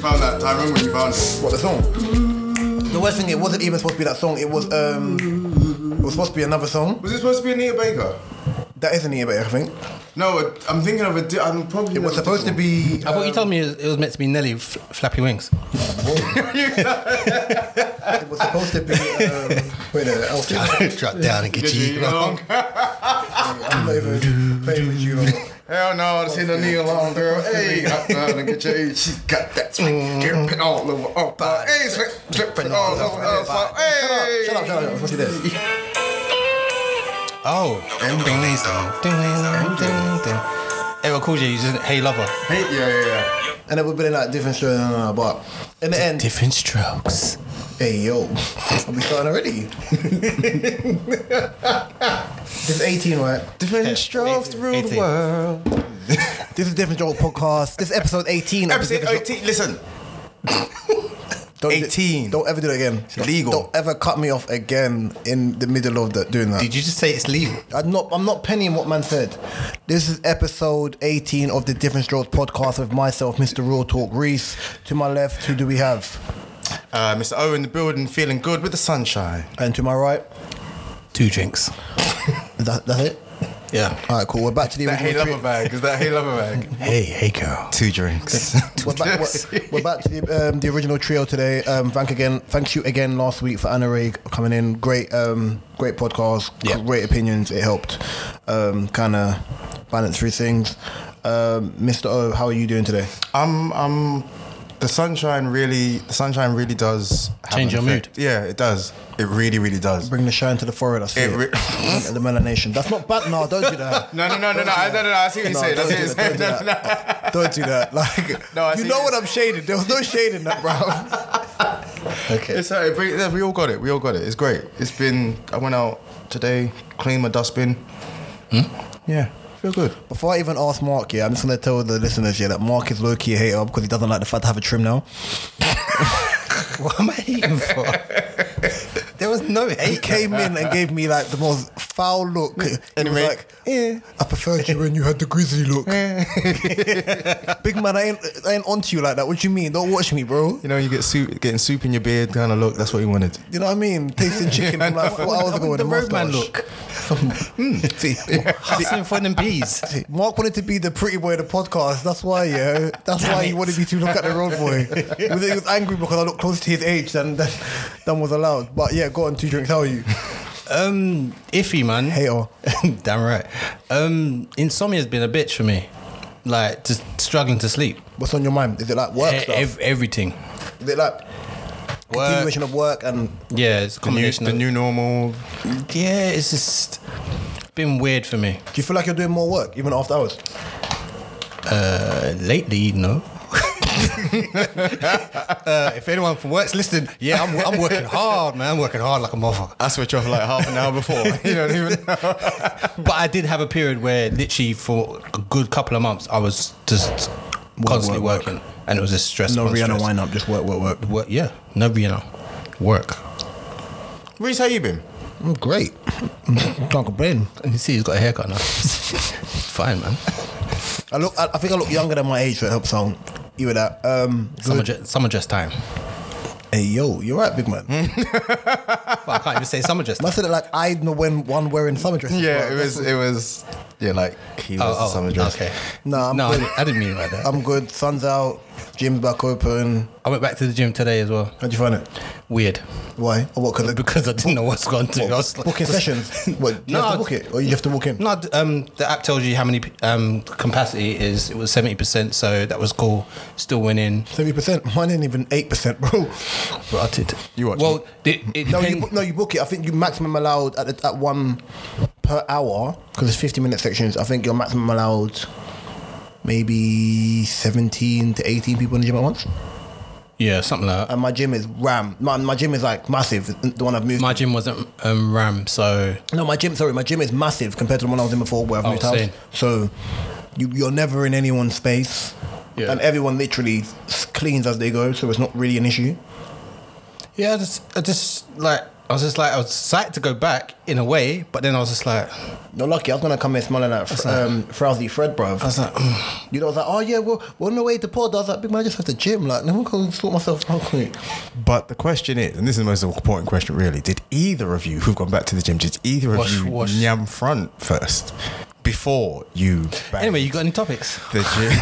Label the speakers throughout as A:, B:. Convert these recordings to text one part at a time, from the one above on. A: remember when you found it.
B: What the song? The worst thing, it wasn't even supposed to be that song. It was um, it was supposed to be another song.
A: Was it supposed to be Anita Baker?
B: That is an ear better, I think.
A: No, I'm thinking of a. Di- I'm probably.
B: It was supposed to be.
C: I thought you told
A: Um,
C: me it was meant to be Nelly f- Flappy Wings.
B: It was supposed to be. Um, wait a minute, I'll see.
C: Drop down and get
A: Did you
C: you.
A: know?
B: I'm not even playing with you.
A: Hell no, I've seen a knee along, girl. Hey, hop down and get your age. She's got that swing. Dripping all over her body. Hey, swing. Dripping all over her body. Hey.
B: Shut up, shut up, shut up. What's this?
C: Oh. Everyone calls you, you just hey lover.
A: Hey, yeah, yeah, yeah.
B: And it would be like different show, no, no, no, but in the end,
C: Different strokes.
B: hey yo, are we starting already? this 18, right?
C: Different strokes through the world.
B: This is different joke podcast. This is episode 18. of the
A: Episode
B: Different Joke-
A: 18. Listen,
B: don't,
A: 18.
B: Don't ever do it again. It's
A: legal.
B: Don't ever cut me off again in the middle of the, doing that.
C: Did you just say it's legal?
B: I'm not. I'm not pennying what man said. This is episode 18 of the Different Strokes podcast with myself, Mr. Real Talk Reese. To my left, who do we have?
A: uh, Mr. O in the building, feeling good with the sunshine.
B: And to my right,
C: Two drinks.
B: is that, that's it.
C: Yeah.
B: All right, cool. We're back to the
A: That hey
B: original.
A: lover bag. Is that hey lover bag?
C: Hey, hey girl.
A: Two drinks.
B: We're back, we're, we're back to the, um, the original trio today. Um, thank again, thank you again last week for Anna Ray coming in. Great, um, great podcast,
C: Yeah.
B: great opinions. It helped um, kind of balance through things. Um, Mr. O, how are you doing today?
A: I'm, I'm. The sunshine really, the sunshine really does have
C: Change
A: an
C: your
A: effect. Yeah, it does. It really, really does.
B: Bring the shine to the forehead. I see
A: It
B: it.
A: re-
B: At the melanation. That's not bad. No, don't do that.
A: No, no, no, no,
B: Don't
A: no,
B: do
A: I-
B: that.
A: no, no, no, I see what you're saying, I
B: Don't
A: see
B: do
A: what
B: that,
A: you're saying.
B: Don't do that. Don't do that. Like,
A: No, I
B: you
A: see
B: know
A: what
B: what
A: you're
B: I'm shading. There was no shading that, bro. okay.
A: It's all right. We, we all got it. We all got it. It's great. It's been. I went out today, cleaned my dustbin. Yeah, feel good.
B: Before I even ask Mark, yeah, I'm just gonna tell the listeners yeah that Mark is low key a hater because he doesn't like the fact I have a trim now.
C: What am I hating for? there was no
B: He
C: hate.
B: came in and gave me like the most foul look. And he was
A: Anyway.
B: like, "Yeah, I preferred you when you had the grizzly look." Big man, I ain't, I ain't onto you like that. What do you mean? Don't watch me, bro.
A: You know, you get soup, getting soup in your beard kind of look. That's what you wanted.
B: You know what I mean? Tasting chicken from like four hours ago with
C: the
B: a
C: roadman
B: mustache. Hmm.
C: look.
B: See,
C: Hustling for them bees.
B: see, Mark wanted to be the pretty boy of the podcast. That's why, yeah. That's why he
C: it.
B: wanted me to look at the road boy. He was, he was angry because I looked closer to his age than, than than was allowed. But yeah, go on, two drinks. How are you?
C: Um, iffy man.
B: Hater.
C: Damn right. Um, insomnia's been a bitch for me. Like just struggling to sleep.
B: What's on your mind? Is it like work
C: E-
B: stuff?
C: ev- everything.
B: Is it like
C: Work.
B: continuation of work and
C: Yeah, it's a
A: The new,
C: combination.
A: the
C: of-
A: new normal.
C: yeah, it's just been weird for me.
B: do you feel like you're doing more work even after hours?
C: Uh, lately, no. uh, if anyone from work's listening, yeah, I'm, I'm working hard, man. I'm working hard like a mother.
A: I switch off like half an hour before. You don't even know.
C: But I did have a period where, literally, for a good couple of months, I was just constantly
B: work,
C: working, and it was just stress. upon stress.
B: up, just work, work, work.
C: Work, yeah, no Rihanna. Work.
A: Reese, how you been?
B: I'm great. Can't complain.
C: And you see, he's got a haircut now. Fine, man.
B: I look. I, I think I look younger than my age, so it helps out. You with that? Um,
C: Summer, dre- summer dress time.
B: hey yo, you're right, big man.
C: Well, I can't even say summer dress time.
B: Must have like I know when one wearing summer dresses.
A: Yeah,
B: bro.
A: it was. It was. Yeah, like he was
C: Oh,
A: the
C: oh,
A: summer dress.
C: Okay.
B: Nah, I'm
C: no, I
B: good.
C: didn't, I didn't mean it like that.
B: I'm good. Sun's out. Gym's back open.
C: I went back to the gym today as well.
B: How'd you find it?
C: Weird.
B: Why? Or what? Cause
C: Because I didn't know what's gone to. I was like-
B: booking sessions. What? Do you
C: No,
B: have to
C: I-
B: book it, or you have to walk in?
C: No, um, the app tells you how many p- um, capacity it is. It was seventy percent, so that was cool. Still winning.
B: Seventy percent. Mine ain't even eight percent, bro.
C: Rotted.
A: You watch
C: Well, it, it
B: No, you,
C: depend-
B: book- no, you book it. I think you maximum allowed at the, at one per hour because it's fifty minute sections. I think you're maximum allowed maybe seventeen to eighteen people in the gym at once.
C: yeah, something like that.
B: And my gym is ram. My, my gym is like massive. The one I've moved.
C: My gym wasn't um, RAM, so
B: No, my gym. Sorry, my gym is massive compared to the one I was in before, where I've
C: Oh,
B: moved house.
C: same.
B: So you, you're never in anyone's space,
C: Yeah.
B: and everyone literally s- cleans as they go, so it's not really an issue.
C: yeah, I just I just like I was just like, I was psyched to go back in a way, but then I was just like,
B: You're lucky. I was gonna come in smelling like fr- um, frowsy Fred, bro.
C: I was like, mm.
B: You know, I was like, oh yeah, well, we're on the way to pod. I was like, big man, I just have to gym. Like, no one can sort myself out quick.
A: But the question is, and this is the most important question, really: Did either of you who've gone back to the gym, did either of
C: Wash,
A: you
C: wash.
A: yam front first before you? banged
C: anyway, you got any topics?
A: the gym.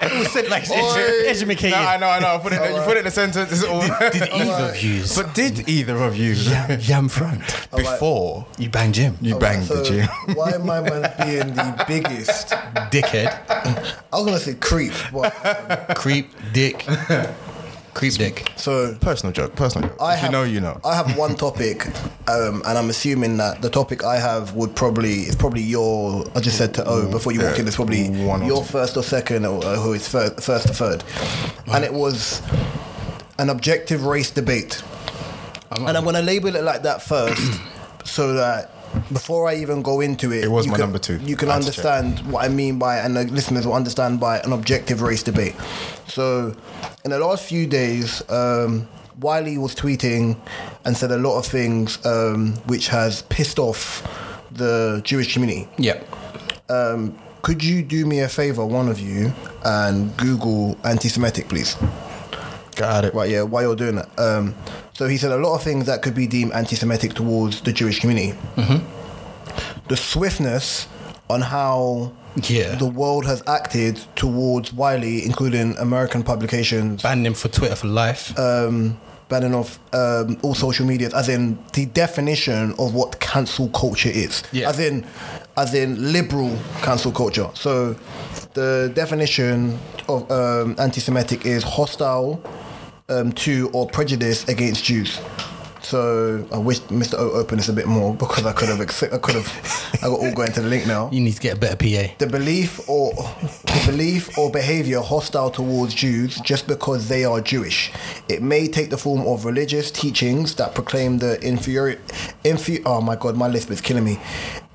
C: It was said like
A: no, I know, I know. I put it. You put it in a sentence. It's all.
C: Did either of you?
A: but did either of you
C: Yam front.
A: before
C: You bang Jim. You
A: you banged the gym?
B: why am I man being the biggest? I
C: dickhead.
B: was gonna say creep, but
C: Creep dick. Creep dick.
B: so
A: Personal joke. Personal joke.
B: I
A: if
B: have,
A: you know, you know.
B: I have one topic, um, and I'm assuming that the topic I have would probably it's probably your. I just said to O before you walked in. It's probably
A: Mm, one or
B: your
A: two.
B: first or second, or uh, who is first, first or third, and it was an objective race debate, and I'm going to label it like that first, so that. Before I even go into it,
A: It was
B: you
A: my
B: can-
A: number two.
B: You can
A: I had to check.
B: understand what I mean by, and the listeners will understand by an objective race debate. So, in the last few days, um, Wiley was tweeting and said a lot of things um, which has pissed off the Jewish community.
C: Yep.
B: Um, could you do me a favor, one of you, and Google anti Semitic, please?
A: Got it.
B: Right, yeah, while you're doing that. Um, so he said a lot of things that could be deemed anti Semitic towards the Jewish community.
A: Mm-hmm.
B: The swiftness on how
C: Yeah.
B: the world has acted towards Wiley, including American publications,
C: Banned him for Twitter for life.
B: um, banning off um, all social media, as in the definition of what cancel culture is,
C: Yeah.
B: as in, as in liberal cancel culture. So, the definition of um, anti-Semitic is hostile um, to or prejudice against Jews. So I wish Mr. O opened this a bit more because I could have, acce- I could have, I got all going to the link now
C: you need to get a better PA.
B: the belief or the belief or behavior hostile towards Jews just because they are Jewish. It may take the form of religious teachings that proclaim the inferior inferior oh my god, my lisp is killing me.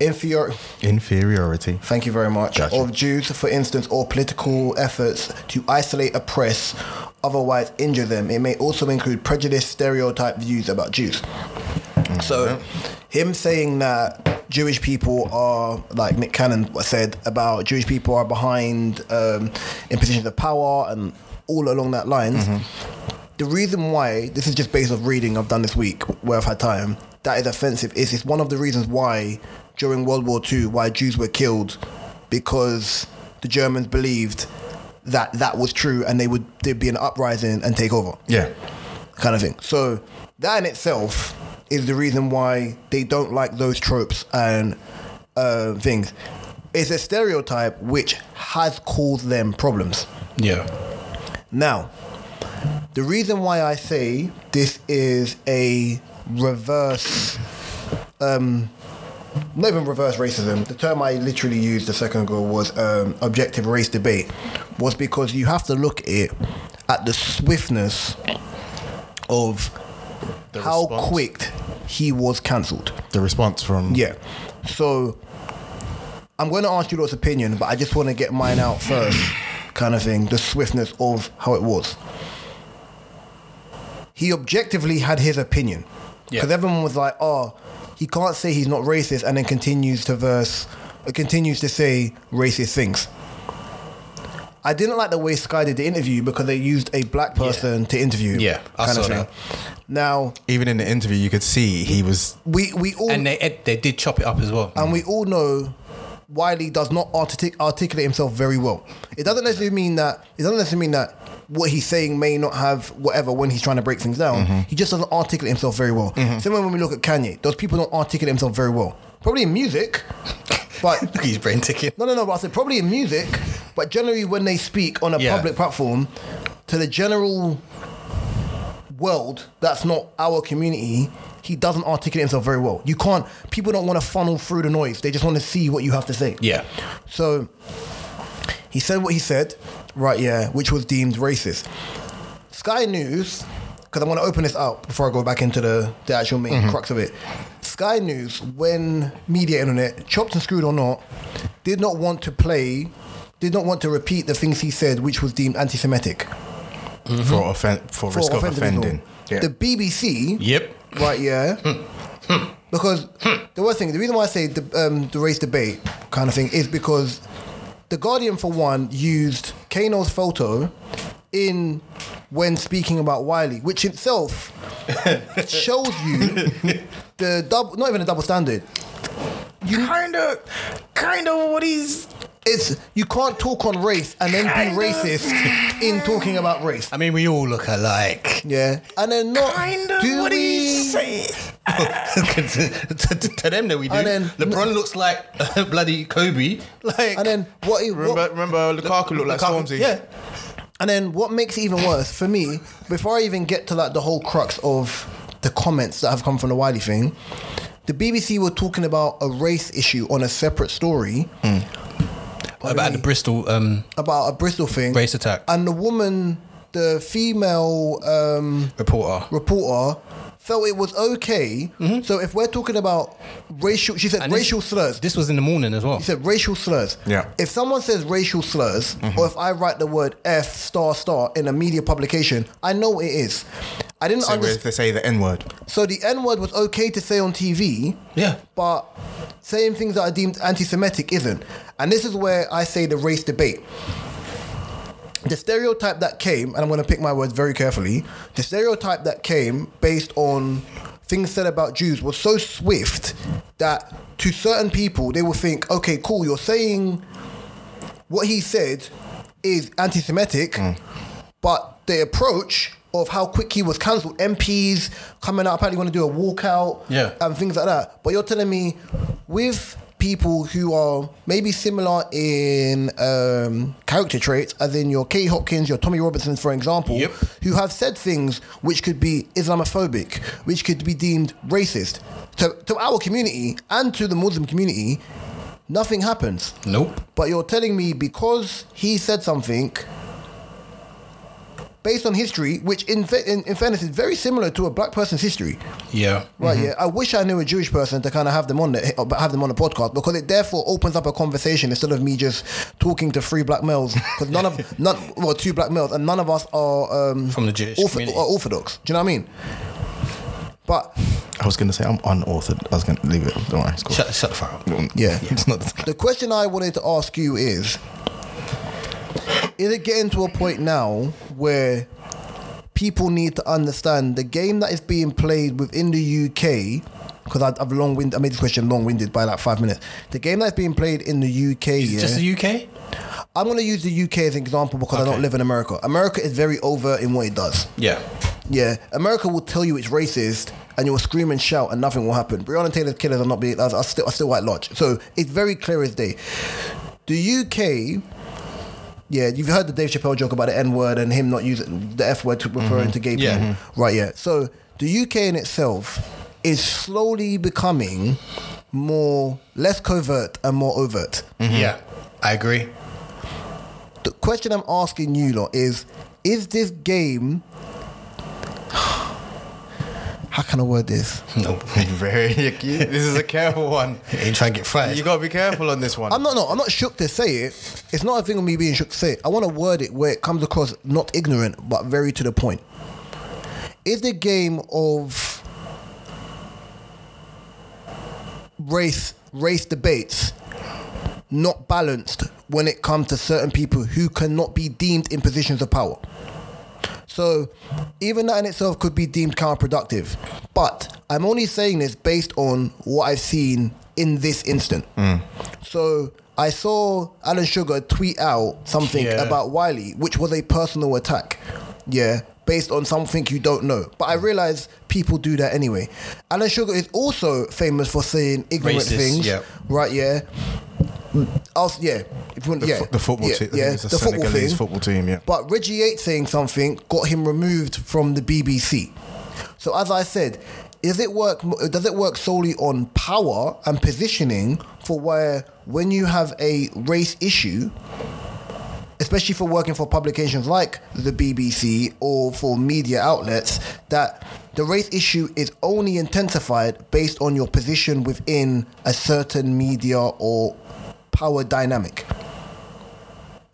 B: Inferior
A: Inferiority.
B: thank you very much
A: Gotcha.
B: of Jews, for instance, or political efforts to isolate, oppress, otherwise injure them. It may also include prejudice, stereotype views about Jews. So, him saying that Jewish people are, like Nick Cannon said about Jewish people are behind um, in positions of power and all along that lines. The reason why this is just based off reading I've done this week where I've had time that is offensive is it's one of the reasons why during World War II why Jews were killed because the Germans believed that that was true and they would there'd be an uprising and take over
A: Yeah.
B: kind of thing. So that in itself is the reason why they don't like those tropes and uh, things. It's a stereotype which has caused them problems.
C: Yeah.
B: Now, the reason why I say this is a reverse, um, not even reverse racism. The term I literally used a second ago was um, objective race debate, was because you have to look at it at the swiftness of how
A: response.
B: quick he was cancelled.
A: The response from
B: Yeah. So I'm going to ask you lot's opinion, but I just want to get mine out first, kind of thing. The swiftness of how it was. He objectively had his opinion
C: Yeah.
B: because everyone was like, "Oh, he can't say he's not racist," and then continues to verse, uh, continues to say racist things. I didn't like the way Sky did the interview because they used a black person to interview. him,
C: Yeah, I
B: kind of
C: saw
B: thing.
C: that.
B: Now
A: even in the interview, you could see he was
B: we we all
C: And they ed- they did chop it up as well.
B: and we all know Wiley does not artic- articulate himself very well. It doesn't necessarily mean that it doesn't necessarily mean that what he's saying may not have whatever when he's trying to break things down. He just doesn't articulate himself very well. Similar when we look at Kanye, those people don't articulate themselves very well. Probably in music, but
C: He's brain ticking.
B: no, no, no. But I said probably in music, but generally when they speak on a
C: Yeah.
B: public platform to the general world, that's not our community. He doesn't articulate himself very well. You can't. People don't want to funnel through the noise. They just want to see what you have to say.
C: Yeah.
B: So he said what he said, right? Yeah, which was deemed racist. Sky News, because I want to open this up before I go back into the, the actual main
A: Mm-hmm.
B: crux of it. Sky News, when media internet, chopped and screwed or not, did not want to play, did not want to repeat the things he said, which was deemed anti Semitic.
C: Mm-hmm.
A: for offen- for, risk of
B: offending people.
A: offending.
D: Yeah.
B: The BBC,
C: Yep.
B: right? Yeah, because the worst thing, the reason why I say the um, the race debate kind of thing is because the Guardian, for one, used Kano's photo in when speaking about Wiley, which itself shows you the double, not even a double standard.
A: Kind of, kind of what he's.
B: It's you can't talk on race and then be racist in talking about race.
C: I mean, we all look alike.
B: Yeah, and then not do we?
A: saying?
C: to, to- to them, that we do.
B: And then-
C: LeBron looks like bloody Kobe. Like,
B: And then what? he- what-
A: Remember, remember Lukaku looked like
C: Lukaku-
A: Stormzy.
C: Yeah.
B: And then what makes it even worse for me, before I even get to like the whole crux of the comments that have come from the Wiley thing, the BBC were talking about a race issue on a separate story
C: Hmm. About the Bristol. Um,
B: about a Bristol thing,
C: Race attack.
B: and the woman, the female um,
C: reporter.
B: reporter. Felt it was okay. So if we're talking about racial, she said
C: Mm-hmm. And this-
B: racial slurs.
C: This was in the morning as well.
B: He said racial slurs.
A: Yeah.
B: If someone says racial slurs, or if I write the word F star star in a media publication, I know what it is. I didn't
A: So where
B: understand.
A: they say the N word.
B: So the N word was okay to say on TV,
C: Yeah.
B: but saying things that are deemed anti Semitic isn't. And this is where I say the race debate. The stereotype that came, and I'm going to pick my words very carefully, the stereotype that came based on things said about Jews was so swift that to certain people, they will think, okay, cool, you're saying what he said is anti Semitic, but the approach of how quick he was cancelled, MPs coming out apparently want to do a walkout
C: Yeah.
B: and things like that. But you're telling me with people who are maybe similar in um, character traits, as in your Kate Hopkins, your Tommy Robinson, for example,
C: Yep.
B: who have said things which could be Islamophobic, which could be deemed racist to, to our community and to the Muslim community, nothing happens.
C: Nope.
B: But you're telling me because he said something based on history, which in, fa- in, in fairness is very similar to a black person's history,
C: Yeah.
B: right? Yeah, I wish I knew a Jewish person to kind of have them on the or have them on the podcast because it therefore opens up a conversation instead of me just talking to three black males because none of none well two black males and none of us are um,
C: From the Jewish
B: ortho-
C: community.
B: are orthodox. Do you know what I mean? But
A: I was gonna say I'm unauthored. I was gonna leave it. Don't worry. It's cool.
C: Shut, shut the fuck up.
B: yeah.
A: It's not the time.
B: The question I wanted to ask you is Is it getting to a point now where people need to understand the game that is being played within the UK? Because I've long winded, I made this question long winded by like five minutes. The game that's being played in the UK,
C: Is it
B: yeah,
C: Just the UK?
B: I'm going to use the UK as an example because I
C: Okay.
B: don't live in America. America is very overt in what it does.
C: Yeah.
B: Yeah, America will tell you it's racist, and you'll scream and shout, and nothing will happen. Breonna Taylor's killers are not being are, are still are still White Lodge, so it's very clear as day. The UK, yeah, you've heard the Dave Chappelle joke about the N word and him not using the F word to referring to gay people,
C: Yeah.
B: right? Yeah, so the UK in itself is slowly becoming more less covert and more overt.
C: Yeah. Mm-hmm. I agree.
B: The question I'm asking you lot is: Is this game? How can I word this?
C: Nope.
A: Very. This is a careful one.
C: Ain't trying to get fired.
A: You gotta be careful on this one.
B: I'm not no, I'm not shook to say it. It's not a thing of me being shook to say it. I want to word it where it comes across not ignorant but very to the point. Is the game of race race debates not balanced when it comes to certain people who cannot be deemed in positions of power? So even that in itself could be deemed counterproductive. But I'm only saying this based on what I've seen in this instant.
C: Mm.
B: So I saw Alan Sugar tweet out something
C: Yeah.
B: about Wiley, which was a personal attack. Yeah. Based on something you don't know. But I realize people do that anyway. Alan Sugar is also famous for saying ignorant
C: Racist,
B: things.
C: yeah.
B: Right, yeah. Us, Oh, yeah. If you want,
A: The,
B: yeah.
A: fo- the football
B: yeah,
A: team.
B: Yeah.
A: It's a
B: The football
A: Senegalese
B: thing.
A: football team. Yeah.
B: But Reggie Yates saying something got him removed from the BBC. So as I said, is it work? Does it work solely on power and positioning for where when you have a race issue, especially for working for publications like the BBC or for media outlets, that the race issue is only intensified based on your position within a certain media or power dynamic.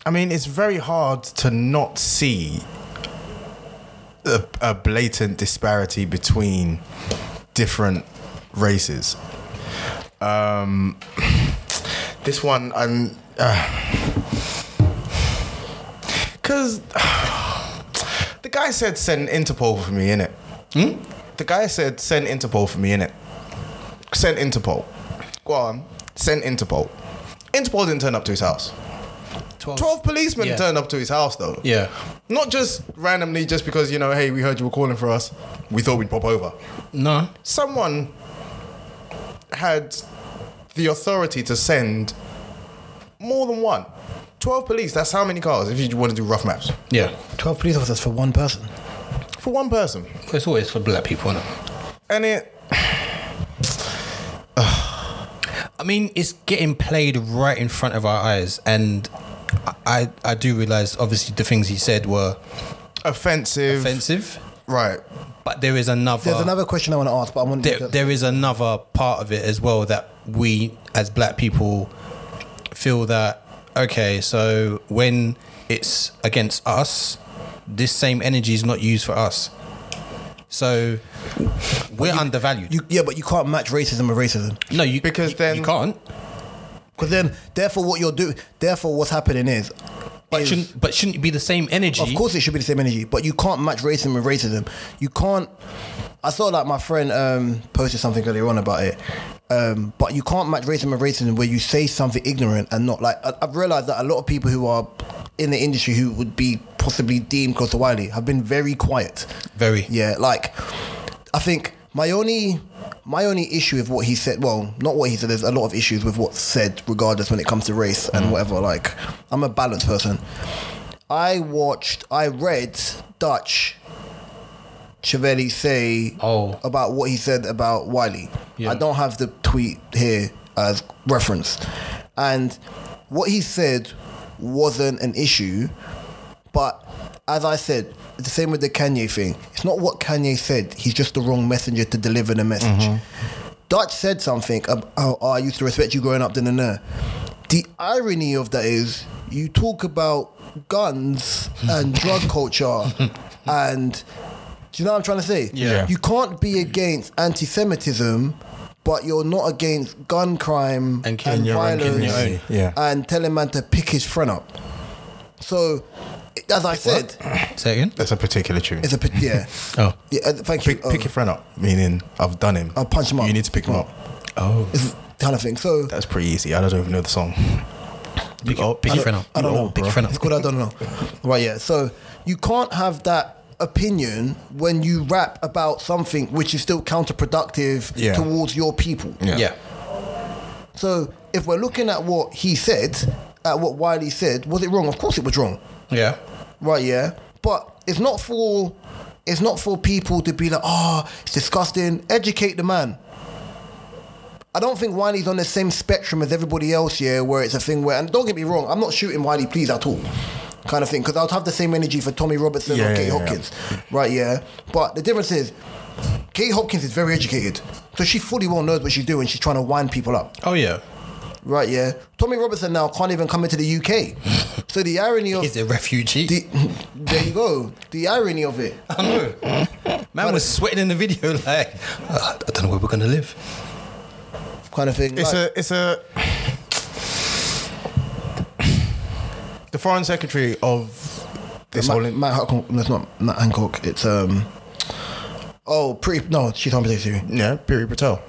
A: I mean, it's very hard to not see a, a blatant disparity between different races. Um, this one, uh, and because the guy said send Interpol for me in it. The guy said send Interpol for me in it. Send Interpol. Go on, send Interpol. Interpol didn't turn up to his house.
C: 12,
A: 12 Oh. policemen
C: Yeah.
A: turned up to his house though.
C: Yeah.
A: Not just randomly, just because, you know, hey, we heard you were calling for us. We thought we'd pop over.
C: No.
A: Someone had the authority to send more than one. 12 police, that's how many cars if you want to do rough maps.
C: Yeah.
B: 12 police officers for one person.
A: For one person.
C: It's always for black people. is
A: And it.
C: I mean, it's getting played right in front of our eyes, and I I do realize obviously the things he said were
A: Offensive.
C: offensive,
A: Right.
C: but there is another.
B: There's another question I want to ask, but I want
C: there,
B: to.
C: there is another part of it as well that we as black people feel that okay so when it's against us this same energy is not used for us so we're undervalued
B: you, yeah, but you can't match racism with racism.
C: no you
A: Because
C: you-
A: then-
C: you can't
B: Because then, therefore, what you're doing, therefore, what's happening is.
C: but
B: is-
C: shouldn't, but shouldn't it be the same energy
B: Of course, it should be the same energy, but you can't match racism with racism. You can't. I saw like my friend um, posted something earlier on about it, um, but you can't match racism with racism where you say something ignorant and not like. I, I've realized that a lot of people who are in the industry who would be possibly deemed close to Wiley have been very quiet.
C: very
B: Yeah, like I think my only my only issue with what he said, well, not what he said. There's a lot of issues with what's said, regardless when it comes to race and whatever. Like I'm a balanced person. I watched, I read Dutch Chiavelli say
C: Oh.
B: about what he said about Wiley.
C: Yeah.
B: I don't have the tweet here as reference, and what he said wasn't an issue but as I said, the same with the Kanye thing. It's not what Kanye said. He's just the wrong messenger to deliver the message. Dutch said something about, oh, I used to respect you growing up, da na na. The irony of that is you talk about guns and drug culture and do you know what I'm trying to say?
C: Yeah.
B: You can't be against anti Semitism, but you're not against gun crime
C: And killing your own,
B: violence
C: killing your
A: own. Yeah.
B: and telling man to pick his friend up. So, as I said,
C: say it again
A: That's a particular tune.
B: it's a bit, yeah.
C: oh
B: yeah uh, thank
A: pick,
B: you.
A: pick your friend up, meaning I've done him.
B: I'll punch him up.
A: You need to pick him up.
C: oh
B: it's kind of thing. So,
A: That's pretty easy. I don't even know the song.
C: pick, your- pick your friend up
B: Oh,
C: Oh,
B: I don't know.
C: pick your friend
B: It's
C: up
B: called I don't know. Right, yeah. So, you can't have that opinion when you rap about something which is still counterproductive
A: Yeah.
B: towards your people.
A: Yeah.
C: yeah
B: So, if we're looking at what he said, at what Wiley said, was it wrong? Of course it was wrong.
C: yeah
B: right? Yeah, but it's not for it's not for people to be like, oh, it's disgusting. Educate the man. I don't think Wiley's on the same spectrum as everybody else here, where it's a thing where, and don't get me wrong, I'm not shooting Wiley, please, at all, kind of thing, because I'd have the same energy for Tommy Robertson
A: Yeah,
B: or
A: yeah,
B: Kate
A: yeah,
B: Hopkins, right? Yeah, but the difference is, Kate Hopkins is very educated, so she fully well knows what she's doing. She's trying to wind people up.
C: oh yeah
B: Right, yeah. Tommy Robertson now can't even come into the UK. So the irony of
C: he's a refugee
B: the, there you go. The irony of it.
C: I know. Man was sweating in the video like, "Uh, I don't know where we're gonna live.
B: Kind of thing.
A: It's
B: like,
A: a. It's a. The foreign secretary of this
B: Matt,
A: whole. in-
B: Matt Hancock. No, it's not Matt Hancock. It's um. Oh, pretty. No, she's home secretary.
A: yeah, Piri Patel.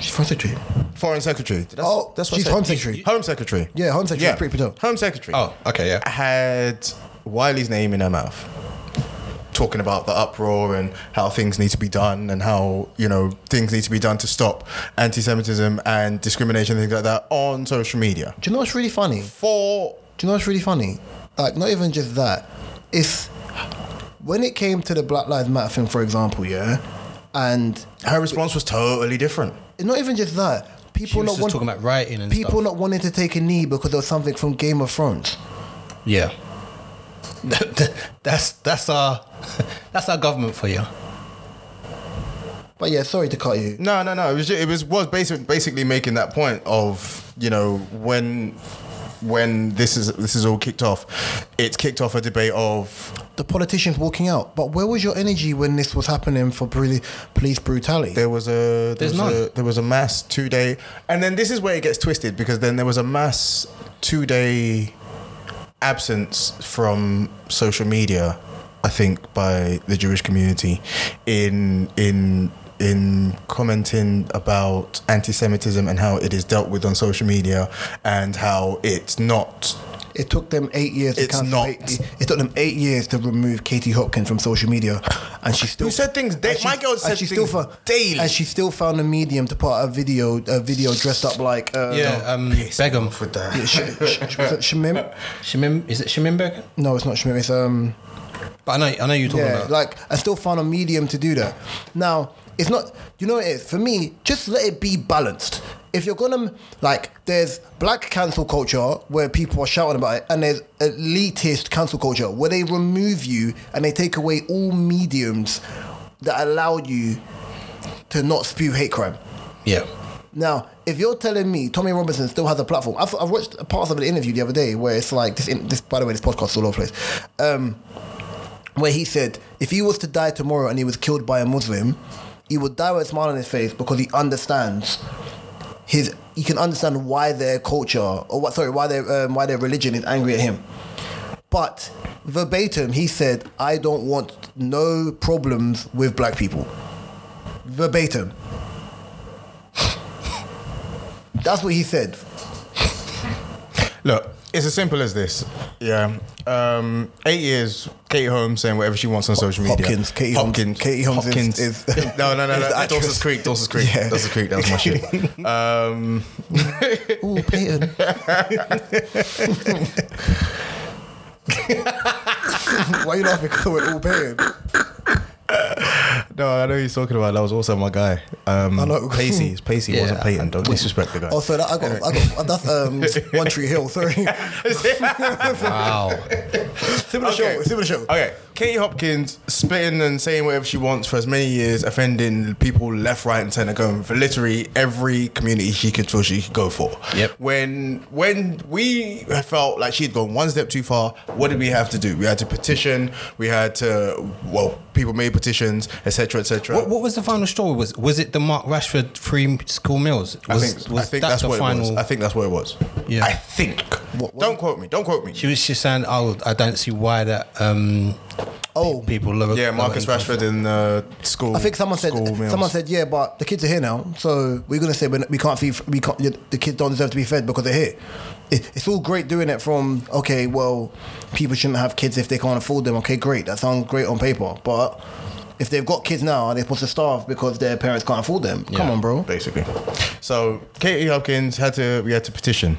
B: She's home secretary.
A: Foreign secretary. That's,
B: Oh,
A: that's what I
B: she's
A: said.
B: Home Secretary.
A: Home secretary.
B: Yeah, Home Secretary, Piri Patel.
A: Home secretary.
C: Oh, okay, yeah.
A: had Wiley's name in her mouth, talking about the uproar and how things need to be done and how you know things need to be done to stop anti-Semitism and discrimination things like that on social media.
B: Do you know what's really funny?
A: For
B: Do you know what's really funny? Like, not even just that. It's when it came to the Black Lives Matter thing, for example. Yeah, and
A: her response was totally different.
B: not even just that.
C: She
B: People
C: was
B: not
C: just
B: want-
C: talking about rioting and
B: people
C: stuff.
B: not wanting to take a knee because there was something from Game of Thrones.
C: yeah. that's that's our that's our government for you.
B: But yeah, sorry to cut you.
A: No, no, no. It was ju- it was was basic, basically making that point of you know when when this is this is all kicked off, it's kicked off a debate of
B: The politicians walking out. But where was your energy when this was happening for bru- police brutality?
A: there was a there
C: There's
A: was
C: none.
A: a, there was a mass two day, and then this is where it gets twisted because then there was a mass two day absence from social media, I think, by the Jewish community in in in commenting about anti-Semitism and how it is dealt with on social media and how it's not
B: It took them eight years.
A: It's
B: to cancel
A: not.
B: Eight, it took them eight years to remove Katie Hopkins from social media, and she still
A: Who said things da-
B: and she-
A: my girl
B: and
A: said
B: she
A: things
B: fo-
A: daily.
B: and she still found a medium to put out a video, a video dressed up like uh,
C: yeah, uh, um, Begum.
A: with that.
B: Sh- sh- sh- was it Shamim?
C: Shemim, is it Shemim Begum?
B: No, it's not Shamim. It's um,
C: But I know, I know you're talking
B: yeah,
C: about.
B: like I still found a medium to do that. Now it's not. You know what it is for me. Just let it be balanced. If you're gonna like, there's black cancel culture where people are shouting about it, and there's elitist cancel culture where they remove you and they take away all mediums that allow you to not spew hate crime.
C: yeah,
B: Now, if you're telling me Tommy Robinson still has a platform, I've, I've watched a part of an interview the other day where it's like this. In, this, by the way, this podcast is all over the place. Um, where he said if he was to die tomorrow and he was killed by a Muslim, he would die with a smile on his face because he understands his. He can understand why their culture or what? Sorry, why their um, why their religion is angry at him. But verbatim, he said, "I don't want no problems with black people." Verbatim. That's what he said.
A: Look, it's as simple as this. Yeah. Um, eight years, Katie Holmes saying whatever she wants on social media.
B: Hopkins, Katie Holmes-
A: Hopkins.
B: Katie Holmes is-
A: Hopkins.
B: is-
A: no, no, no,
B: is the
A: no.
B: actress.
A: Dawson's Creek, Dawson's Creek.
B: Yeah.
A: Dawson's Creek, that was my shit. Um,
B: Ooh, Peyton. Why are you laughing? Because we're all Peyton.
A: no, I know who he's talking about. That was also my guy. Um,
B: I know.
A: Pacey. It's Pacey. It
C: Yeah.
A: wasn't Peyton. Don't disrespect the guy.
B: Oh, sorry, that, I got, I got, that's um, One Tree Hill. Sorry,
C: wow.
B: similar show, similar show.
A: Okay, Katie Hopkins spitting and saying whatever she wants for as many years, offending people left, right, and centre, going for literally every community she could feel she could go for.
C: Yep.
A: When when we felt like she'd gone one step too far, what did we have to do? We had to petition. We had to well, people made petitions, etc., etc.
C: What, what was the final story? Was was it the Mark Rashford free school meals?
A: I
C: Was,
A: think,
C: was
A: I think
C: that
A: that's
C: the
A: what
C: final?
A: it was. I think that's what it was.
C: Yeah.
A: I think.
B: What- what-
A: Don't quote me. Don't quote me.
C: she was just saying, "Oh, I don't see why that um,
B: Oh,
C: people lower."
A: yeah, Marcus
C: lower
A: Rashford in the school.
B: I think someone said,
A: school meals.
B: someone said, yeah, but the kids are here now, so we're gonna say we're not- we can't feed, we can't, the kids don't deserve to be fed because they're here. It, it's all great doing it from okay, well, people shouldn't have kids if they can't afford them. Okay, great, that sounds great on paper, but if they've got kids now, they're supposed to starve because their parents can't afford them. Come
C: Yeah.
B: on, bro.
A: basically. So Katie Hopkins had to we had to petition.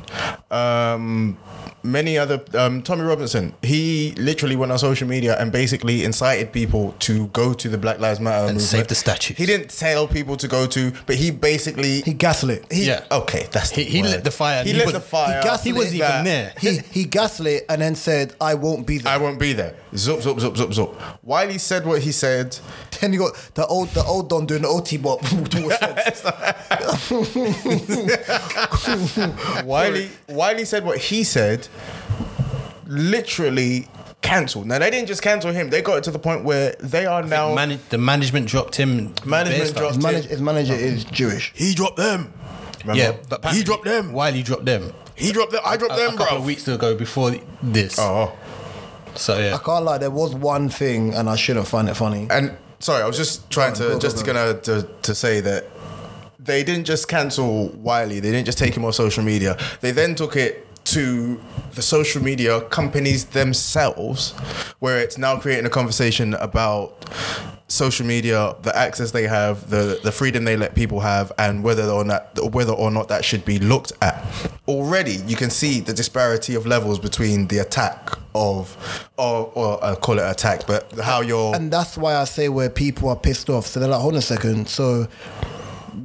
A: Um, many other um, Tommy Robinson, he literally went on social media and basically incited people to go to the Black Lives Matter and
C: save the statues.
A: He didn't tell people to go to, but he basically
B: He gaslit. He,
A: he-
C: Yeah.
A: okay that's the
C: He- he
A: word.
C: lit the fire.
A: He,
C: He
A: lit
C: was-
A: the fire.
B: he gassed
C: He wasn't
A: That-
C: even there.
B: he he gaslit and then said, "I won't be there."
A: I won't be there. Zup zup zup zup zup. While he said what he said,
B: then you got the old the old Don doing the OT bop. towards Feds.
A: Wiley Wiley said what he said. Literally cancelled. Now they didn't just cancel him. They got it to the point where they are now.
C: Manage, the management dropped him.
A: Management
C: bare stuff.
A: dropped-
B: his, manage, his manager is Jewish.
A: he dropped them. Remember?
C: Yeah, but apparently-
A: he dropped them.
C: Wiley dropped them.
A: He dropped them. I dropped
C: A, a
A: them,
C: couple
A: bro.
C: of weeks ago before this.
A: Oh,
C: So
B: I
C: yeah,
B: can't lie. There was one thing, and I shouldn't find it funny.
A: and sorry, I was just trying
B: Go on,
A: to
B: go,
A: just
B: go,
A: gonna to, to say that they didn't just cancel Wiley. They didn't just take him off social media. They then took it to the social media companies themselves, where it's now creating a conversation about social media, the access they have, the the freedom they let people have, and whether or not whether or not that should be looked at. Already, you can see the disparity of levels between the attack of, or, or uh, call it attack, but how you're.
B: And that's why I say where people are pissed off. So they're like, hold on a second. So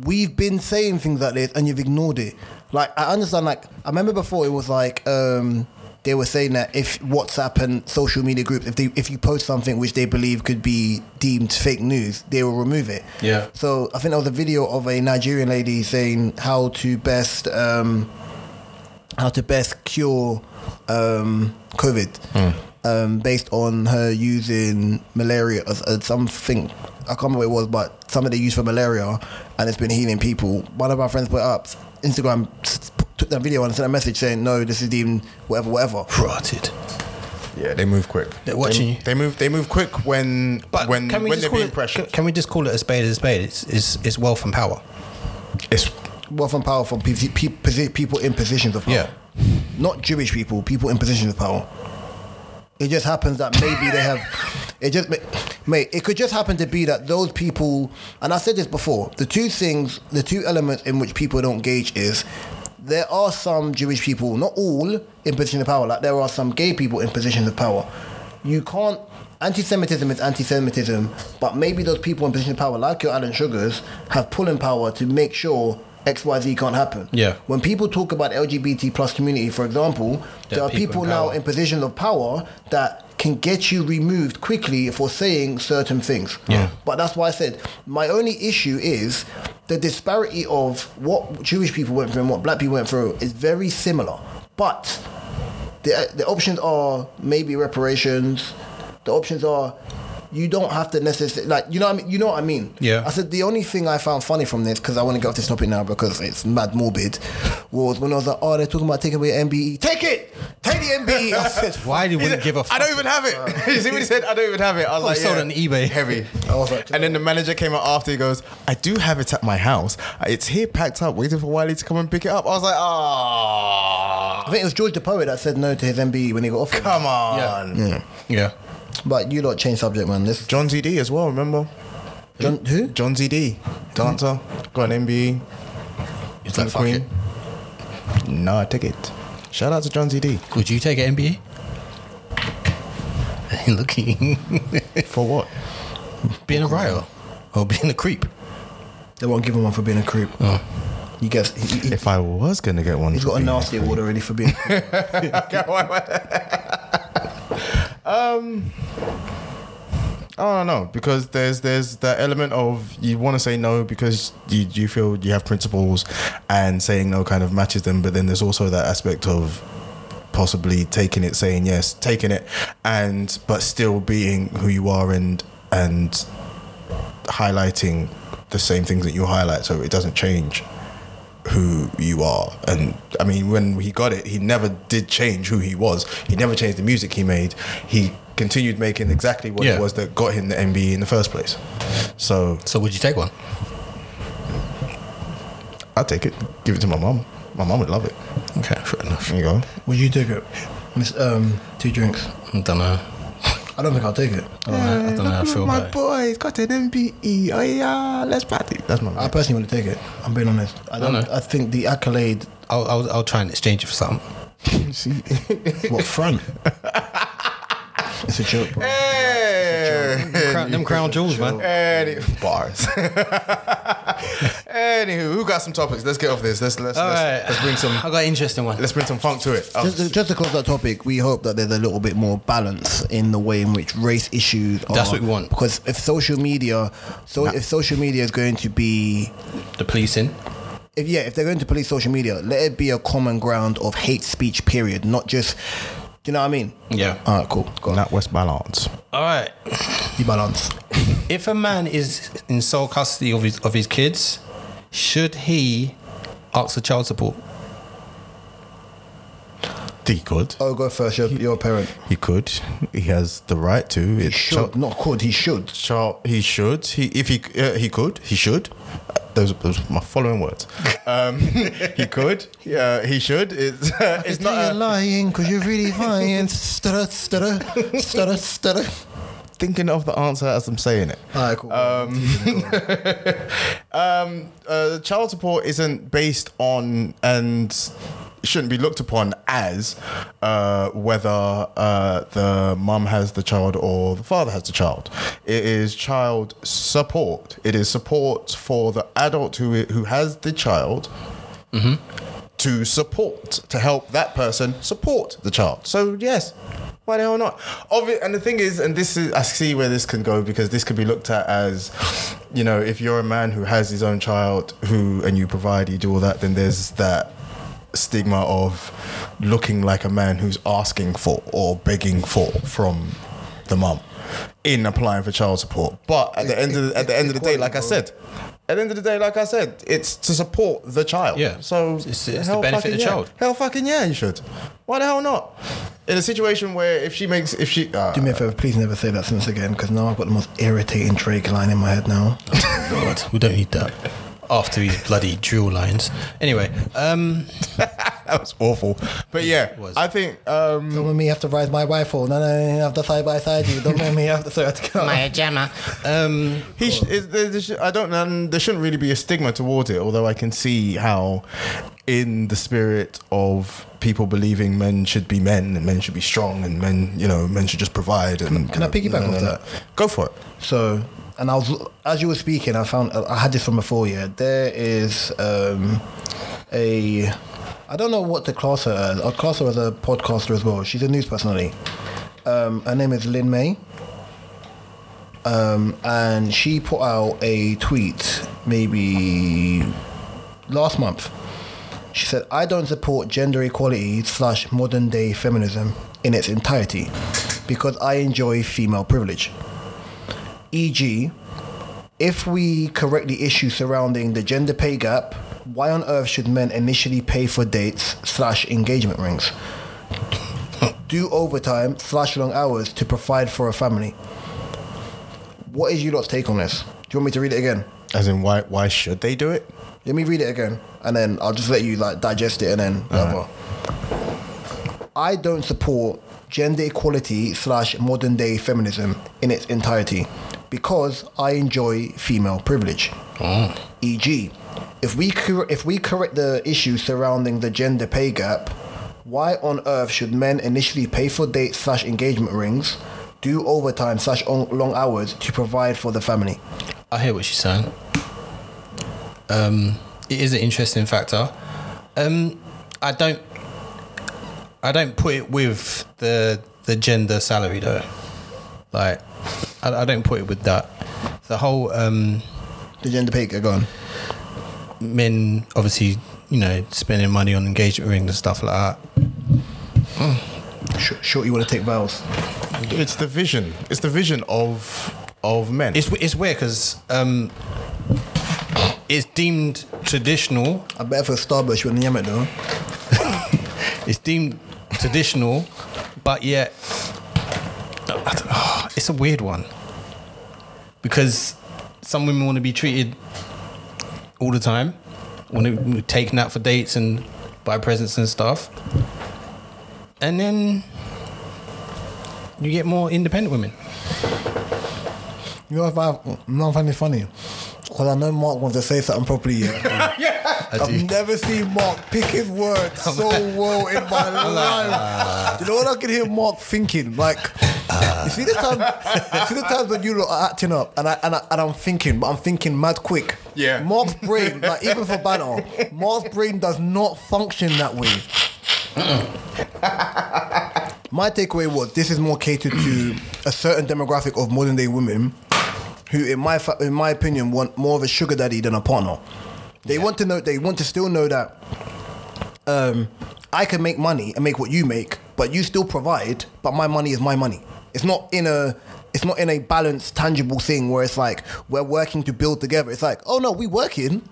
B: we've been saying things like this and you've ignored it. Like I understand like I remember before it was like um they were saying that if WhatsApp and social media groups, if they if you post something which they believe could be deemed fake news, they will remove it.
C: Yeah.
B: So I think there was a video of a Nigerian lady saying how to best um how to best cure um, COVID um, based on her using malaria as, as something. I can't remember what it was, but something they used for malaria, and it's been healing people. One of our friends put it up Instagram s- took that video and sent a message saying, "No, this is even whatever, whatever."
C: Rotted.
A: Yeah, they move quick.
C: They're watching
A: they,
C: you.
A: They move. They move quick when
C: But
A: when
C: can we
A: when
C: just
A: they're
C: call
A: being
C: it,
A: pressured.
C: Can we just call it a spade a spade? It's, it's, it's wealth and power.
A: It's
B: Wealth and power from pe- pe- posi- people in positions of power.
C: Yeah.
B: Not Jewish people, people in positions of power. It just happens that maybe they have. It just, ma- mate. It could just happen to be that those people, and I said this before. The two things, the two elements in which people don't gauge is there are some Jewish people, not all, in position of power. Like there are some gay people in positions of power. You can't. Anti-Semitism is anti-Semitism, but maybe those people in position of power, like your Alan Sugars, have pulling power to make sure X, Y, Z can't happen.
C: Yeah.
B: When people talk about LGBT plus community, for example, there are people,
C: people in
B: now
C: power.
B: in positions of power that can get you removed quickly for saying certain things.
C: Yeah.
B: But that's why I said my only issue is the disparity of what Jewish people went through and what black people went through is very similar. But the, the options are maybe reparations. The options are you don't have to necessarily like you know what I mean you know what I mean
C: Yeah.
B: I said the only thing I found funny from this because I want to get off this topic now because it's mad morbid was when I was like oh they're talking about taking away MBE take it take the MBE I said
C: Why do we
A: He said,
C: give a fuck? Oh,
A: I don't even have it. you see what he said? I don't even have it. I was like,
C: sold
A: yeah.
C: it on eBay. Oh,
A: Heavy.
B: I was like,
A: and then the manager came out after. He goes, I do have it at my house. It's here, packed up, waiting for Wiley to come and pick it up. I was like,
B: I
A: ah,
B: think it was George the poet that said no to his MBE when he got offered
A: come on.
C: Yeah.
B: but you lot change subject man this
A: John ZD as well. Remember
B: John, who
A: John ZD, dancer,
C: Mm-hmm.
A: got an MBE.
C: It's
A: from the Queen. No, I take it. Shout out to John ZD
C: Would you take an MBA? Looking.
A: for what?
C: being a riot or being a creep.
B: they won't give him one for being a creep
A: Oh.
B: you guess he, he,
A: If I was gonna get one,
B: has got a nasty award already for being
A: I don't know because there's there's that element of you want to say no because you you feel you have principles and saying no kind of matches them, but then there's also that aspect of possibly taking it, saying yes, taking it, and but still being who you are and and highlighting the same things that you highlight, so it doesn't change who you are. And I mean, when he got it, he never did change who he was. He never changed the music he made. He continued making exactly what
C: Yeah.
A: it was that got him the MBE in the first place. So
C: So would you take one?
A: I'll take it, give it to my mum. My mum would love it.
C: Okay, fair enough.
A: There you go.
B: would you take it Miss, um, two drinks Oh.
C: I don't know.
B: I don't think I'll take it
C: I don't know, I don't know how I feel about it.
A: boy's got an MBE. Oh yeah, let's party. That's my
B: I
A: mum.
B: personally want to take it I'm being honest I don't
C: know.
B: I think the accolade
C: I'll, I'll, I'll try and exchange it for something.
B: what front it's a joke bro
A: Hey,
C: Crown, them crown jewels, man.
A: Any, bars. Anywho, who got some topics? Let's get off this. Let's let's let's, let's bring some
C: I got an interesting one.
A: let's bring some funk to it. Oh,
B: Just to, just to close that topic, we hope that there's a little bit more balance in the way in which race issues are.
C: That's what we want.
B: Because if social media, so if social media is going to be,
C: The policing.
B: if yeah, if they're going to police social media, let it be a common ground of hate speech. Period. Not just, do you know what I mean?
C: Yeah.
B: All right, cool. Go on.
A: that West Balance.
C: All right.
B: You balance.
C: If a man is in sole custody of his, of his kids, should he ask for child support?
A: He could.
B: Oh, go first. You're, you're a parent.
A: He could. He has the right to. It's
B: Should not could. He should.
A: Child, he should. He if he uh, he could. He should. Uh, Those, those are my following words. Um, he could. Yeah, he should. It's it's not. A,
B: lying because you're really lying. stutter, stutter, stutter, stutter.
A: thinking of the answer as I'm saying it.
B: All right, cool.
C: Uh,
A: um, uh, child support isn't based on and shouldn't be looked upon as uh, whether uh, the mum has the child or the father has the child. It is child support. It is support for the adult who i- who has the child. To support, to help that person support the child. So yes, why the hell not? Obvi- and the thing is, and this is, I see where this can go because this could be looked at as, you know, if you're a man who has his own child who, and you provide, you do all that, then there's that stigma of looking like a man who's asking for or begging for from the mum in applying for child support. But at the end of the, at the end of the day, like I said, at the end of the day, like I said, it's to support the child.
C: Yeah.
A: So
C: It's- it's
A: hell
C: to benefit
A: fucking
C: the
A: yeah.
C: child.
A: Hell fucking yeah, you should. Why the hell not? In a situation where if she makes if she uh,
B: Do me a favor, please never say that sentence again, because now I've got the most irritating Drake line in my head now.
C: God, we don't need that. After these bloody drill lines. Anyway, um,
A: that was awful. But yeah,
C: was.
A: I think um,
B: Don't make me have to ride my rifle. No, no, no, no, have to side by side you. Don't make me have to. Sorry, I have to go.
C: um,
A: He sh- is, there, there sh- I don't. And there shouldn't really be a stigma towards it, although I can see how, in the spirit of people believing men should be men and men should be strong and men, you know, men should just provide. And
B: can I piggyback off that?
A: Go for it.
B: So, and I was as you were speaking, I found I had this from before. Yeah, there is um, a I don't know what to class her as. I'd class her as a podcaster as well. She's a news personality. Um, her name is Lynn May. Um, and she put out a tweet maybe last month. She said, I don't support gender equality slash modern day feminism in its entirety because I enjoy female privilege e.g., E if we correct the issue surrounding the gender pay gap, why on earth should men initially pay for dates slash engagement rings? Do overtime slash long hours to provide for a family. What is your lot's take on this? Do you want me to read it again?
A: As in, why? Why should they do it?
B: Let me read it again, and then I'll just let you like digest it, and then whatever. I don't support gender equality slash modern day feminism in its entirety because I enjoy female privilege. E.g., if we cor- if we correct the issue surrounding the gender pay gap, why on earth should men initially pay for dates slash engagement rings, do overtime slash on- long hours to provide for the family?
C: I hear what she's saying. Um, it is an interesting factor. Um, I don't, I don't put it with the the gender salary though. Like, I, I don't put it with that. The whole um,
B: The gender pay gap gone.
C: men obviously, you know, spending money on engagement rings and stuff like that.
B: Sh- sure, you want to take vows.
A: It's the vision. It's the vision of of men.
C: It's it's weird because um, it's deemed traditional.
B: I bet for Starbucks you wouldn't yam it though.
C: It's deemed traditional, but yet I don't- ah, it's a weird one because some women want to be treated all the time, want to be taken out for dates and buy presents and stuff, and then you get more independent women.
B: You know if I not find it funny. Cause I know Mark wants to say something properly. Yeah.
C: I
B: I've
C: do.
B: never seen Mark pick his words so well in my life. You know what I can hear Mark thinking? Like, you see the time, you see the times when you lot are acting up, and I and, I, and I'm thinking, but I'm thinking mad quick.
A: Yeah.
B: Mark's brain, like even for banner, Mark's brain does not function that way. My takeaway was this is more catered to a certain demographic of modern day women who, in my fa- in my opinion, want more of a sugar daddy than a partner. They want to know. They want to still know that um, I can make money and make what you make, but you still provide. But my money is my money. It's not in a. It's not in a balanced, tangible thing where it's like we're working to build together. It's like, oh no, we working,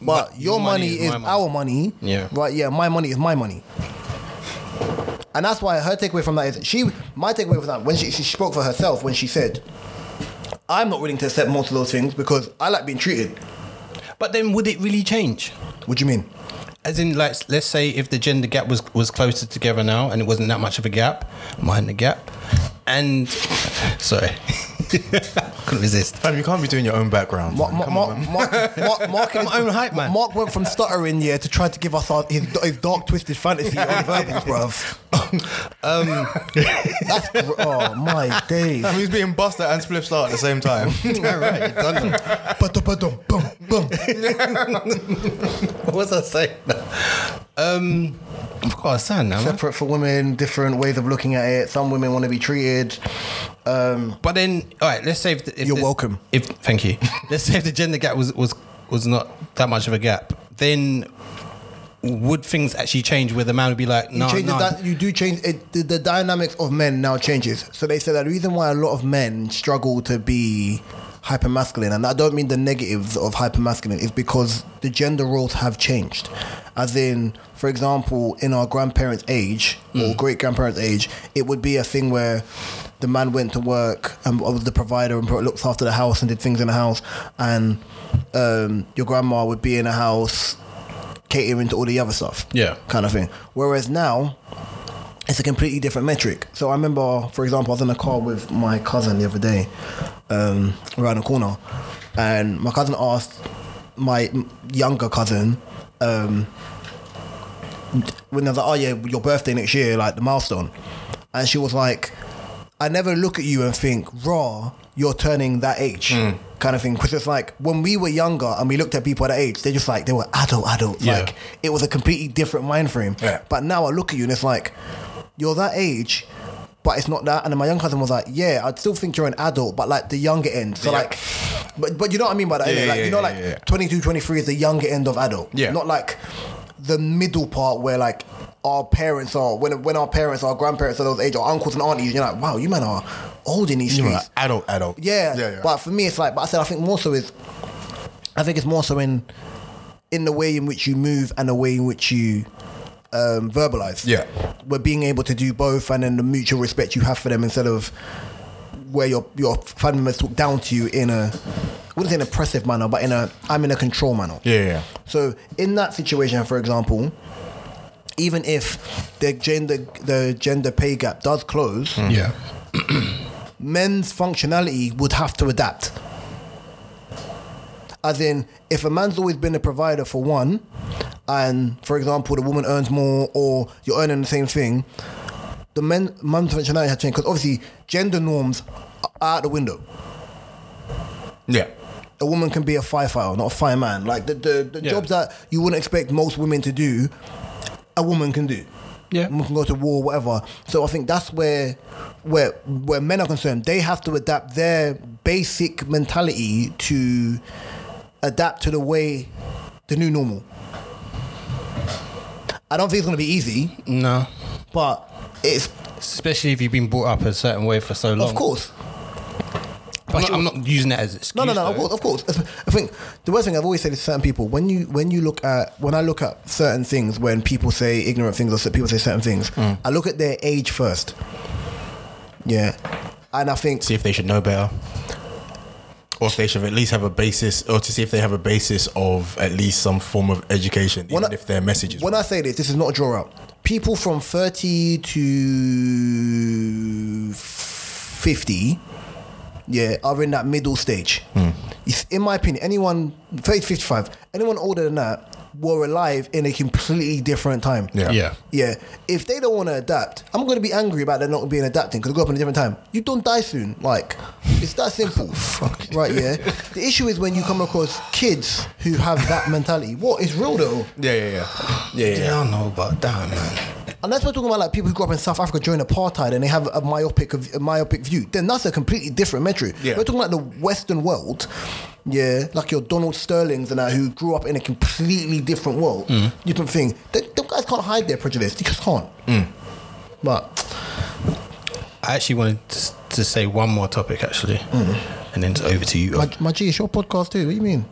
B: but, your money, is,
C: my money.
B: our money.
C: Yeah.
B: Right. Yeah, my money is my money. And that's why her takeaway from that is she. My takeaway from that when she, she spoke for herself when she said, "I'm not willing to accept most of those things because I like being treated."
C: But then, would it really change?
B: What do you mean?
C: As in, like, let's say if the gender gap was was closer together now, and it wasn't that much of a gap, mind the gap, and sorry, couldn't resist.
A: Fam, you can't be doing your own background.
B: Mark,
A: man.
B: Mark,
A: Come on,
B: Mark,
A: man.
B: Mark, Mark, Mark,
C: I'm my own hype man.
B: Mark went from stuttering yeah to try to give us our, his, his dark twisted fantasy on verbals, bruv. Um, That's gr- oh my days.
A: Fam, he's being Buster and Spliff Star at the same time.
C: All right, you've done that.
B: Ba-dum, ba-dum, bum, bum.
C: What was I saying? Um, I've got a son now, man.
B: Separate for women, different ways of looking at it. Some women want to be treated.
C: but then, all right, let's say if, the, if
B: You're
C: the-
B: welcome.
C: If thank you, let's say if the gender gap was was was not that much of a gap, then would things actually change where the man would be like, no,
B: you change
C: no,
B: the di- you do change it, the, the dynamics of men now changes so they say that the reason why a lot of men struggle to be hypermasculine and I don't mean the negatives of hypermasculine is because the gender roles have changed as in for example in our grandparents age
C: Mm.
B: or great grandparents age it would be a thing where the man went to work and was the provider and looked after the house and did things in the house and um, your grandma would be in the house catering to all the other stuff.
C: Yeah.
B: Kind of thing. Whereas now, it's a completely different metric. So I remember, for example, I was in a car with my cousin the other day um, around the corner, and my cousin asked my m- younger cousin, um, when I was like, oh yeah, your birthday next year, like the milestone. And she was like, I never look at you and think, raw, you're turning that age. Kind of thing, because it's like when we were younger and we looked at people at that age, they're just like they were adult adults.
C: Yeah.
B: Like it was a completely different mind frame.
A: Yeah.
B: But now I look at you and it's like you're that age, but it's not that. And then my young cousin was like, "Yeah, I still think you're an adult, but like the younger end." So
A: Yeah.
B: like, but but you know what I mean by that?
A: Yeah,
B: innit?
A: yeah,
B: like
A: yeah,
B: you know,
A: yeah,
B: like
A: yeah, yeah.
B: 22, 23 is the younger end of adult.
C: Yeah.
B: Not like the middle part where like our parents are when when our parents, our grandparents are those age, our uncles and aunties. You're like, wow, you men are old in these streets.
A: adult, adult.
B: Yeah.
A: yeah, yeah.
B: But for me, it's like, but I said, I think more so is, I think it's more so in, in the way in which you move and the way in which you um, verbalize.
A: Yeah.
B: We're being able to do both and then the mutual respect you have for them instead of where your your family members talk down to you in a, I wouldn't say an oppressive manner, but in a, I'm in a control manner.
A: yeah, yeah.
B: So in that situation, for example, even if the gender the gender pay gap does close,
C: yeah,
B: men's functionality would have to adapt. As in, if a man's always been a provider for one, and for example, the woman earns more or you're earning the same thing, the men, man's functionality has changed because obviously gender norms are out the window.
A: Yeah.
B: A woman can be a firefighter, not a fireman. Like the, the, the
C: Yeah.
B: jobs that you wouldn't expect most women to do, a woman can do.
C: Yeah.
B: Women can go to war, whatever. So I think that's where where where men are concerned. They have to adapt their basic mentality to adapt to the way the new normal. I don't think it's gonna be easy,
C: no,
B: but it's
C: especially if you've been brought up a certain way for so long.
B: of course.
C: I'm not, I'm not using that as an excuse.
B: No, no, no.
C: though.
B: Of course, of course. I think the worst thing I've always said to certain people when you when you look at when I look at certain things when people say ignorant things or certain people say certain things, I look at their age first. Yeah, and I think
A: See if they should know better. Or if they should at least have a basis, or to see if they have a basis of at least some form of education,
B: When
A: even
B: I-
A: if their message is
B: when I say this, this is not a draw out. People from thirty to fifty, yeah, are in that middle stage.
A: Hmm.
B: It's, in my opinion, anyone 30 to 55, anyone older than that were alive in a completely different time.
A: Yeah.
C: Yeah.
B: Yeah, if they don't want to adapt, I'm going to be angry about them not being adapting because I grew up in a different time. You don't die soon. Like, it's that simple. Right, yeah. The issue is when you come across kids who have that mentality. What is real though?
A: yeah, yeah, yeah, yeah, yeah.
C: Yeah, I don't know about that, man.
B: Unless we're talking about like people who grew up in South Africa during apartheid and they have a myopic a myopic view, then that's a completely different metric.
A: Yeah.
B: We're talking about the Western world, yeah, like your Donald Sterling's and that who grew up in a completely different world,
C: Mm.
B: different thing. They, them guys can't hide their prejudice. They just can't.
C: Mm.
B: But
C: I actually wanted to, s- to say one more topic, actually, and then it's over to you.
B: my, my G, it's your podcast too. What do you mean?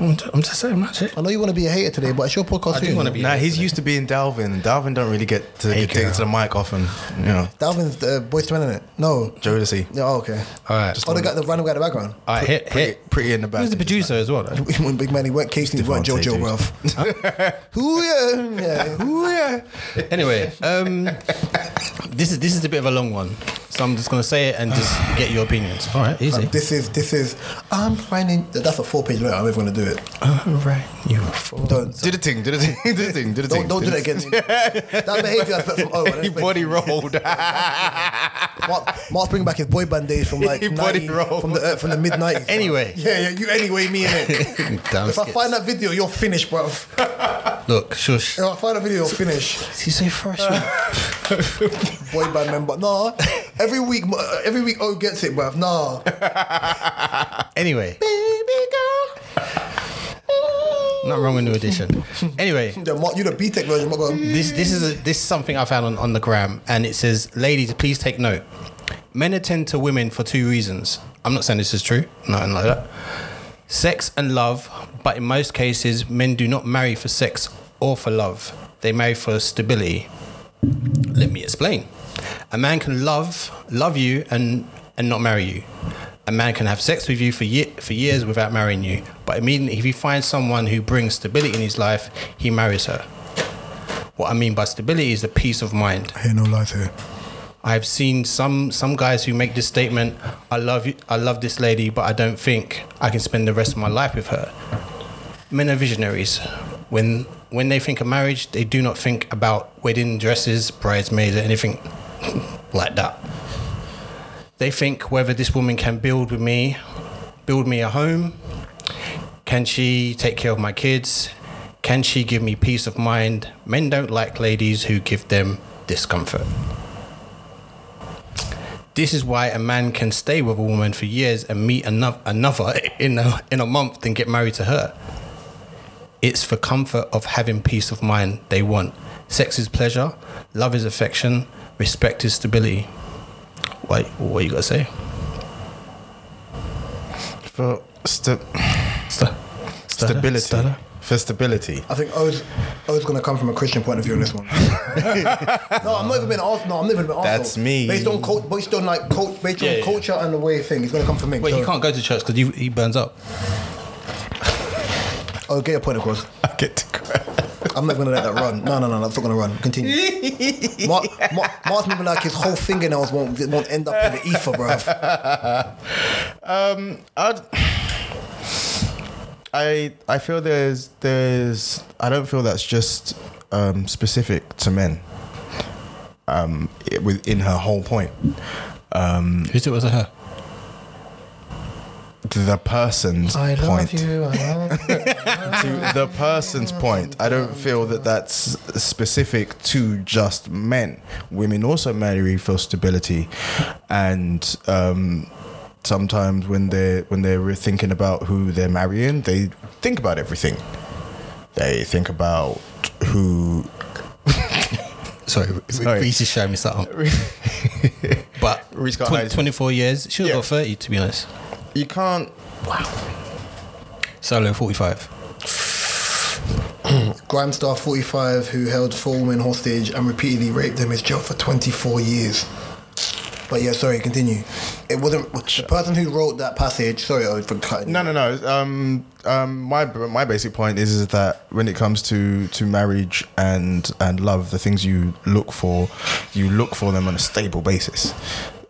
C: I'm, ju- I'm just saying, that's it.
B: I know you want to be a hater today, but it's your podcast
C: I
B: too.
C: do want to be.
A: Nah, he's used to being Dalvin. Dalvin don't really get to get taken to the mic often. You know,
B: Dalvin's the voice to men in it. No.
A: Jodeci.
B: Yeah, oh, okay.
C: All right.
B: Oh, the guy, the random guy in the background.
C: All right, hit,
A: Pretty,
C: hit.
A: pretty in the back.
C: Who's the producer as well? though?
B: When Big Man, he weren't Casey, he weren't
A: Devontae
B: JoJo,
A: James.
B: bruv. Who yeah, yeah.
A: Ooh, yeah.
C: anyway, um, this is this is a bit of a long one, so I'm just gonna say it and just get your opinions. All right, easy.
B: This is this is. I'm finding that's a four page letter. I'm never gonna do it.
C: All right, you are full.
B: Don't
A: Do the thing, do the thing, do the thing, do the
B: don't,
A: thing.
B: don't do that again. that behaviour aspect from oh,
A: He body rolled.
B: Mark, Mark's bringing back his boy band days from like
A: He body
B: 90,
A: rolled.
B: from the uh, from the mid nineties.
C: Anyway.
B: yeah, yeah. You anyway, me and it.
C: Damn
B: If I
C: skits.
B: find that video, you're finished, bruv.
C: Look, shush.
B: If I find a video, you're finished.
C: He's so fresh.
B: Boy band member. Nah. Every week, uh, every week, O gets it, bruv. Nah.
C: anyway,
B: Baby girl.
C: Not wrong with new edition. Anyway,
B: The Mark, you the B Tech version, Mark.
C: this this is a, this is something I found on, on the gram, and it says, "Ladies, please take note. Men attend to women for two reasons. I'm not saying this is true, nothing like that. Sex and love, but in most cases, men do not marry for sex or for love. They marry for stability. Let me explain. A man can love love you and and not marry you. A man can have sex with you for ye- for years without marrying you, but immediately if he finds someone who brings stability in his life, he marries her. What I mean by stability is the peace of mind.
B: Hear no lies here.
C: I've seen some some guys who make this statement, I love you, I love this lady, but I don't think I can spend the rest of my life with her. Men are visionaries. When when they think of marriage, they do not think about wedding dresses, bridesmaids, or anything like that. They think whether this woman can build with me, build me a home, can she take care of my kids? Can she give me peace of mind? Men don't like ladies who give them discomfort. This is why a man can stay with a woman for years and meet another, another in, a, in a month and get married to her. It's for comfort of having peace of mind they want. Sex is pleasure, love is affection, respect is stability. What, what you gotta say?
A: For sta-
C: Sta- stutter,
A: stability.
C: stutter.
A: For stability.
B: I think O's, O's going to come from a Christian point of view on this one. no, I'm not even been asked. No, I'm not even been asked.
A: That's me.
B: Based on cult, based on like cult, based
C: Yeah,
B: on
C: yeah.
B: culture and the way of things, he's going to come from me.
C: Wait,
B: so,
C: he can't go to church because he burns up.
B: Oh, get your point across.
A: I get to cry.
B: I'm not going to let that run. No, no, no, that's not going to run. Continue. Mark, Mark, Mark's moving like his whole fingernails won't won't end up in the ether, bruv.
A: Um, I'd, I I feel there's there's I don't feel that's just um, specific to men. Um, it, within her whole point,
C: Who said it was her?
A: the person's point.
B: you. I love you.
A: to the person's point. I don't feel that that's specific to just men. Women also marry for stability, and um, sometimes when they when they're thinking about who they're marrying, they think about everything. They think about who
C: Sorry,
A: Sorry.
C: Reese is showing me something. but
A: Reese got
C: twen-
A: eyes.
C: 24 years, she have
A: Yeah.
C: got 30 to be honest.
A: you can't.
C: Solo 45.
B: Grimestar 45, who held four women hostage and repeatedly raped them, is jailed for 24 years. But yeah, sorry, continue. It wasn't the person who wrote that passage. Sorry, I for cutting.
A: No,
B: you.
A: no, no. Um, um, my my basic point is is that when it comes to to marriage and and love, the things you look for, you look for them on a stable basis.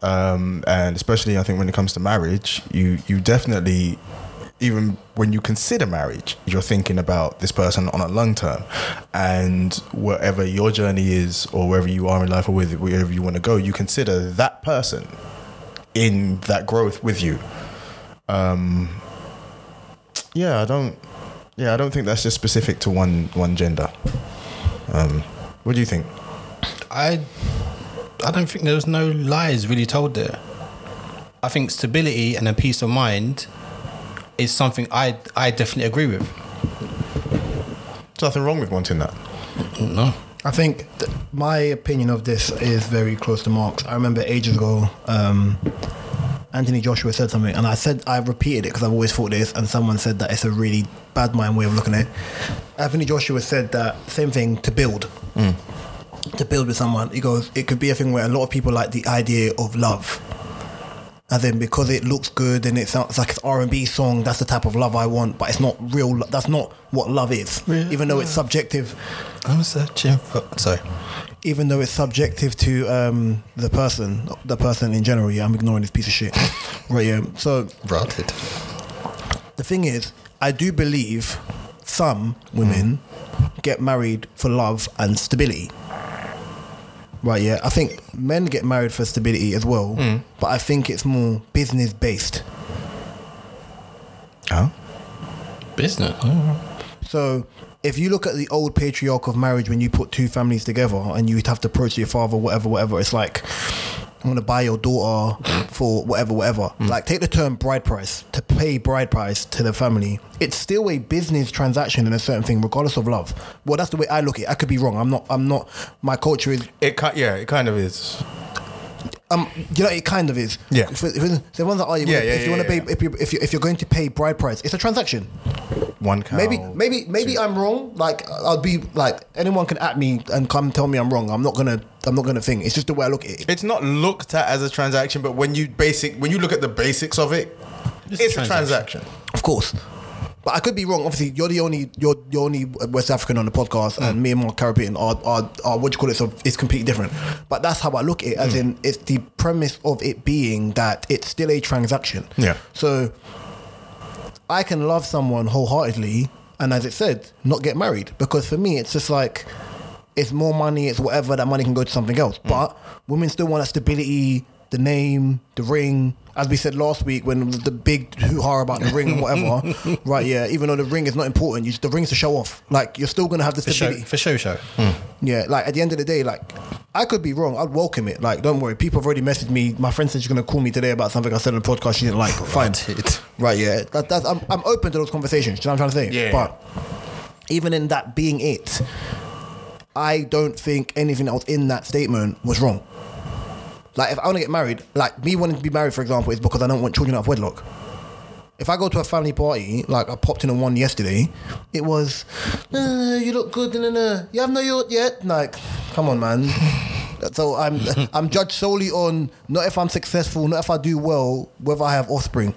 A: Um, and especially, I think when it comes to marriage, you you definitely. Even when you consider marriage, you're thinking about this person on a long term, and wherever your journey is, or wherever you are in life, or with wherever you want to go, you consider that person in that growth with you yeah i don't yeah i don't think that's just specific to one one gender um what do you think
C: I I don't think there was no lies really told there. I think stability and a peace of mind is something I I definitely agree with.
A: there's nothing wrong with wanting that
C: No.
B: I think th- my opinion of this is very close to Mark's. I remember ages ago, um, Anthony Joshua said something, and I said I repeated it because I've always thought this, and someone said that it's a really bad mind way of looking at it. Anthony Joshua said that same thing to build. To build with someone, he goes, it could be a thing where a lot of people like the idea of love. As in, because it looks good and it sounds like it's R and B song, that's the type of love I want. But it's not real. lo- That's not what love is,
C: Yeah,
B: even though it's
C: yeah.
B: subjective
C: I'm searching for sorry.
B: even though it's subjective to um, the person, the person in general. Yeah, I'm ignoring this piece of shit. right. Yeah. So
C: Rotted.
B: the thing is, I do believe some women get married for love and stability. Right. Yeah. I think men get married for stability as well, but I think it's more business based.
A: oh
C: Business.
B: So if you look at the old patriarch of marriage when you put two families together and you'd have to approach your father, whatever, whatever, it's like I'm gonna buy your daughter for whatever, whatever.
A: Mm.
B: Like, take the term bride price to pay bride price to the family. It's still a business transaction in a certain thing, regardless of love. Well, that's the way I look at it. I could be wrong. I'm not. I'm not. My culture is
A: It ki- yeah, it kind of is.
B: um, you know, it kind of is.
A: Yeah.
B: If, if, if the ones that are you,
A: Yeah,
B: if
A: yeah,
B: you
A: yeah,
B: want to pay,
A: yeah.
B: if you if you if you're going to pay bride price, it's a transaction.
A: One cow.
B: Maybe maybe maybe i I'm wrong. Like I'll be like anyone can at me and come tell me I'm wrong. I'm not gonna I'm not gonna think. It's just the way I look at it.
A: It's not looked at as a transaction, but when you basic when you look at the basics of it, it's, a transaction.
B: Of course. But I could be wrong. Obviously, you're the only you're the only West African on the podcast, and me and my Caribbean are, are, are what do you call it? So it's completely different. But that's how I look at it. As in, it's the premise of it being that it's still a transaction.
A: Yeah.
B: So I can love someone wholeheartedly, and as it said, not get married because for me, it's just like it's more money. It's whatever that money can go to something else. But women still want that stability, the name, the ring. As we said last week, when the big hoo-ha about the ring and whatever, right? Yeah, even though the ring is not important, you, the ring's to show off. Like you're still gonna have the
C: For show, Hmm.
B: stability.
C: for show, show.
B: Yeah, like at the end of the day, like I could be wrong. I'd welcome it. Like, don't worry. People have already messaged me. My friend said she's gonna call me today about something I said on the podcast she didn't like. Fine. Right. Yeah. That, that's, I'm I'm open to those conversations. Do you know what I'm trying to say?
A: Yeah.
B: But even in that being it, I don't think anything that was in that statement was wrong. Like, if I want to get married, like me wanting to be married, for example, is because I don't want children out of wedlock. If I go to a family party, like I popped in on one yesterday, it was, "Uh, you look good, nah, nah, nah. you have no yacht yet. Like, come on, man. So I'm I'm judged solely on not if I'm successful, not if I do well, whether I have offspring.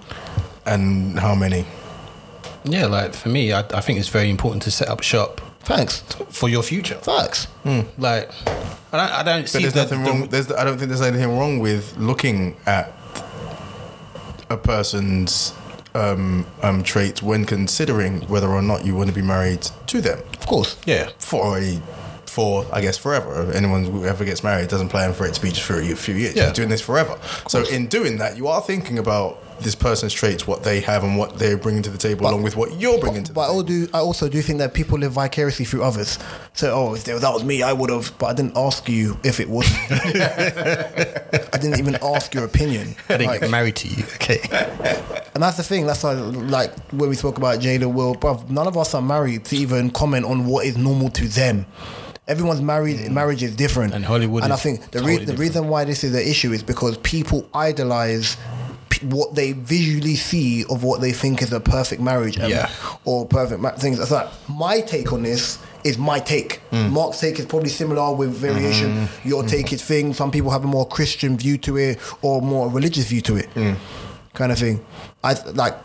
A: And how many?
C: Yeah, like for me, I, I think it's very important to set up shop
B: Thanks,
C: for your future.
B: thanks.
C: Hmm. Like, I don't, I don't
A: But
C: see
A: there's
C: the,
A: nothing
C: the-
A: wrong. There's, I don't think there's anything wrong with looking at a person's um, um, traits when considering whether or not you want to be married to them
B: Of course,
C: Yeah,
A: for a for I guess forever. If anyone who ever gets married doesn't plan for it to be just for a few years.
C: Yeah.
A: You're doing this forever. So in doing that, you are thinking about this person's traits, what they have, and what they're bringing to the table, along with what you're bringing to the
B: But I
A: table.
B: all do. I also do think that people live vicariously through others. So, oh, if that was me, I would have. But I didn't ask you if it was. I didn't even ask your opinion.
C: I didn't
B: Like,
C: get married to you. Okay,
B: and that's the thing. That's why, like when we spoke about Jada, Will, bruv, none of us are married to even comment on what is normal to them. Everyone's married. Marriage is different,
C: Mm. And Hollywood
B: And I
C: is
B: think the,
C: totally
B: re- the reason why this is an issue is because people idolize p- what they visually see of what they think is a perfect marriage, and,
C: Yeah.
B: or perfect ma- things. That's like my take on this is my take. Mark's take is probably similar with variation. Your take is thing. Some people have a more Christian view to it or more religious view to it, kind of thing. I like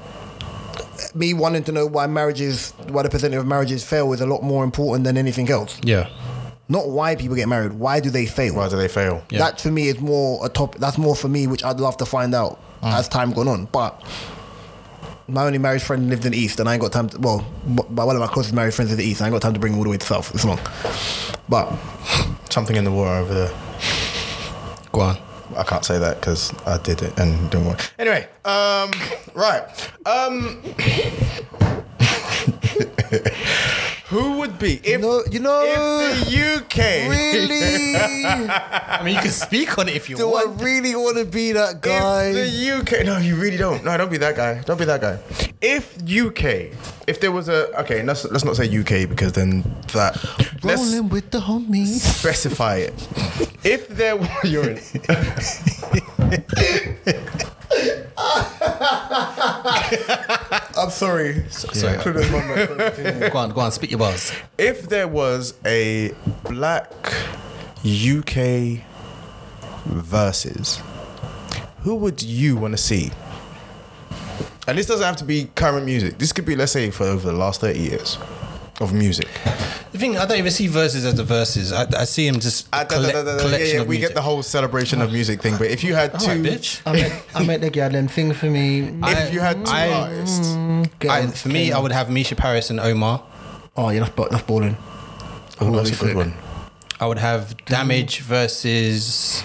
B: me wanting to know why marriages, why the percentage of marriages fail is a lot more important than anything else.
C: yeah,
B: Not why people get married. Why do they fail?
A: Why do they fail?
C: Yeah.
B: That for me is more a topic. That's more for me, which I'd love to find out as time gone on. But my only married friend lived in the East, and I ain't got time. To, well, but one of my closest married friends is the East. I ain't got time to bring him all the way to South. It's long. But
A: Something in the water over there.
C: go on.
A: I can't say that because I did it and it didn't work. Anyway, um, right. Um, who would be if,
B: no, you know,
A: if the UK?
B: really,
C: I mean, you can speak on it if you
B: do I
C: want.
B: really want to be that guy?
A: If the UK, no, you really don't. No, don't be that guy. Don't be that guy. If UK, if there was a okay, let's let's not say UK because then that. Let's
B: Rolling with the homies.
A: specify it. If there were, you're in.
B: I'm sorry.
C: Sorry, go on, go on, spit your bars.
A: if there was a black UK versus, who would you want to see? And this doesn't have to be current music. This could be, let's say, for over the last 30 years of music.
C: The thing I don't even see verses as the verses. I, I see him just a
A: Ah, da- da-
C: colle-
A: da- da- da-
C: collection
A: yeah, yeah,
C: of
A: we
C: music.
A: get the whole celebration of music thing, but if you had
C: All
A: two,
C: right, bitch.
B: I met, I met the girl and sing for me.
C: I-
A: if you had two
C: I- Mm.
A: artists,
C: I, for me, I would have Misha Paris and Omar.
B: Oh, yeah, that's, that's balling.
A: oh, that's
B: be
A: a good
B: sick.
A: one.
C: I would have Damage versus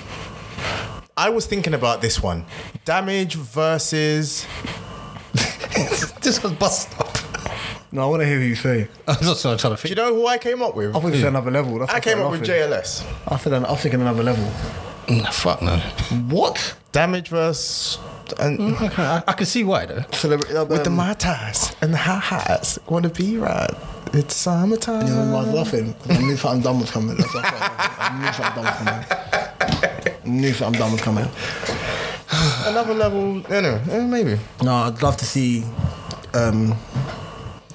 A: I was thinking about this one: Damage versus
C: this was bust up.
B: No, I want to hear what you say.
C: I'm just trying to
A: Do you
C: think.
A: know who I came up with?
B: I thought you said another level. That's
A: I
B: what
A: came
B: I'm
A: up with
B: laughing.
A: JLS.
B: I said I'm thinking another level.
C: Mm, Fuck no.
B: What?
A: Damage verse. And
C: Okay, I, I can see why though.
B: Celebrity.
A: with the matas and the ha hats, wanna be right? It's summertime.
B: I was laughing. 'cause I knew something dumb was coming. That's why I started laughing. I knew something dumb was coming. knew something dumb was coming.
A: Another level, you know, eh, maybe.
B: No, I'd love to see um,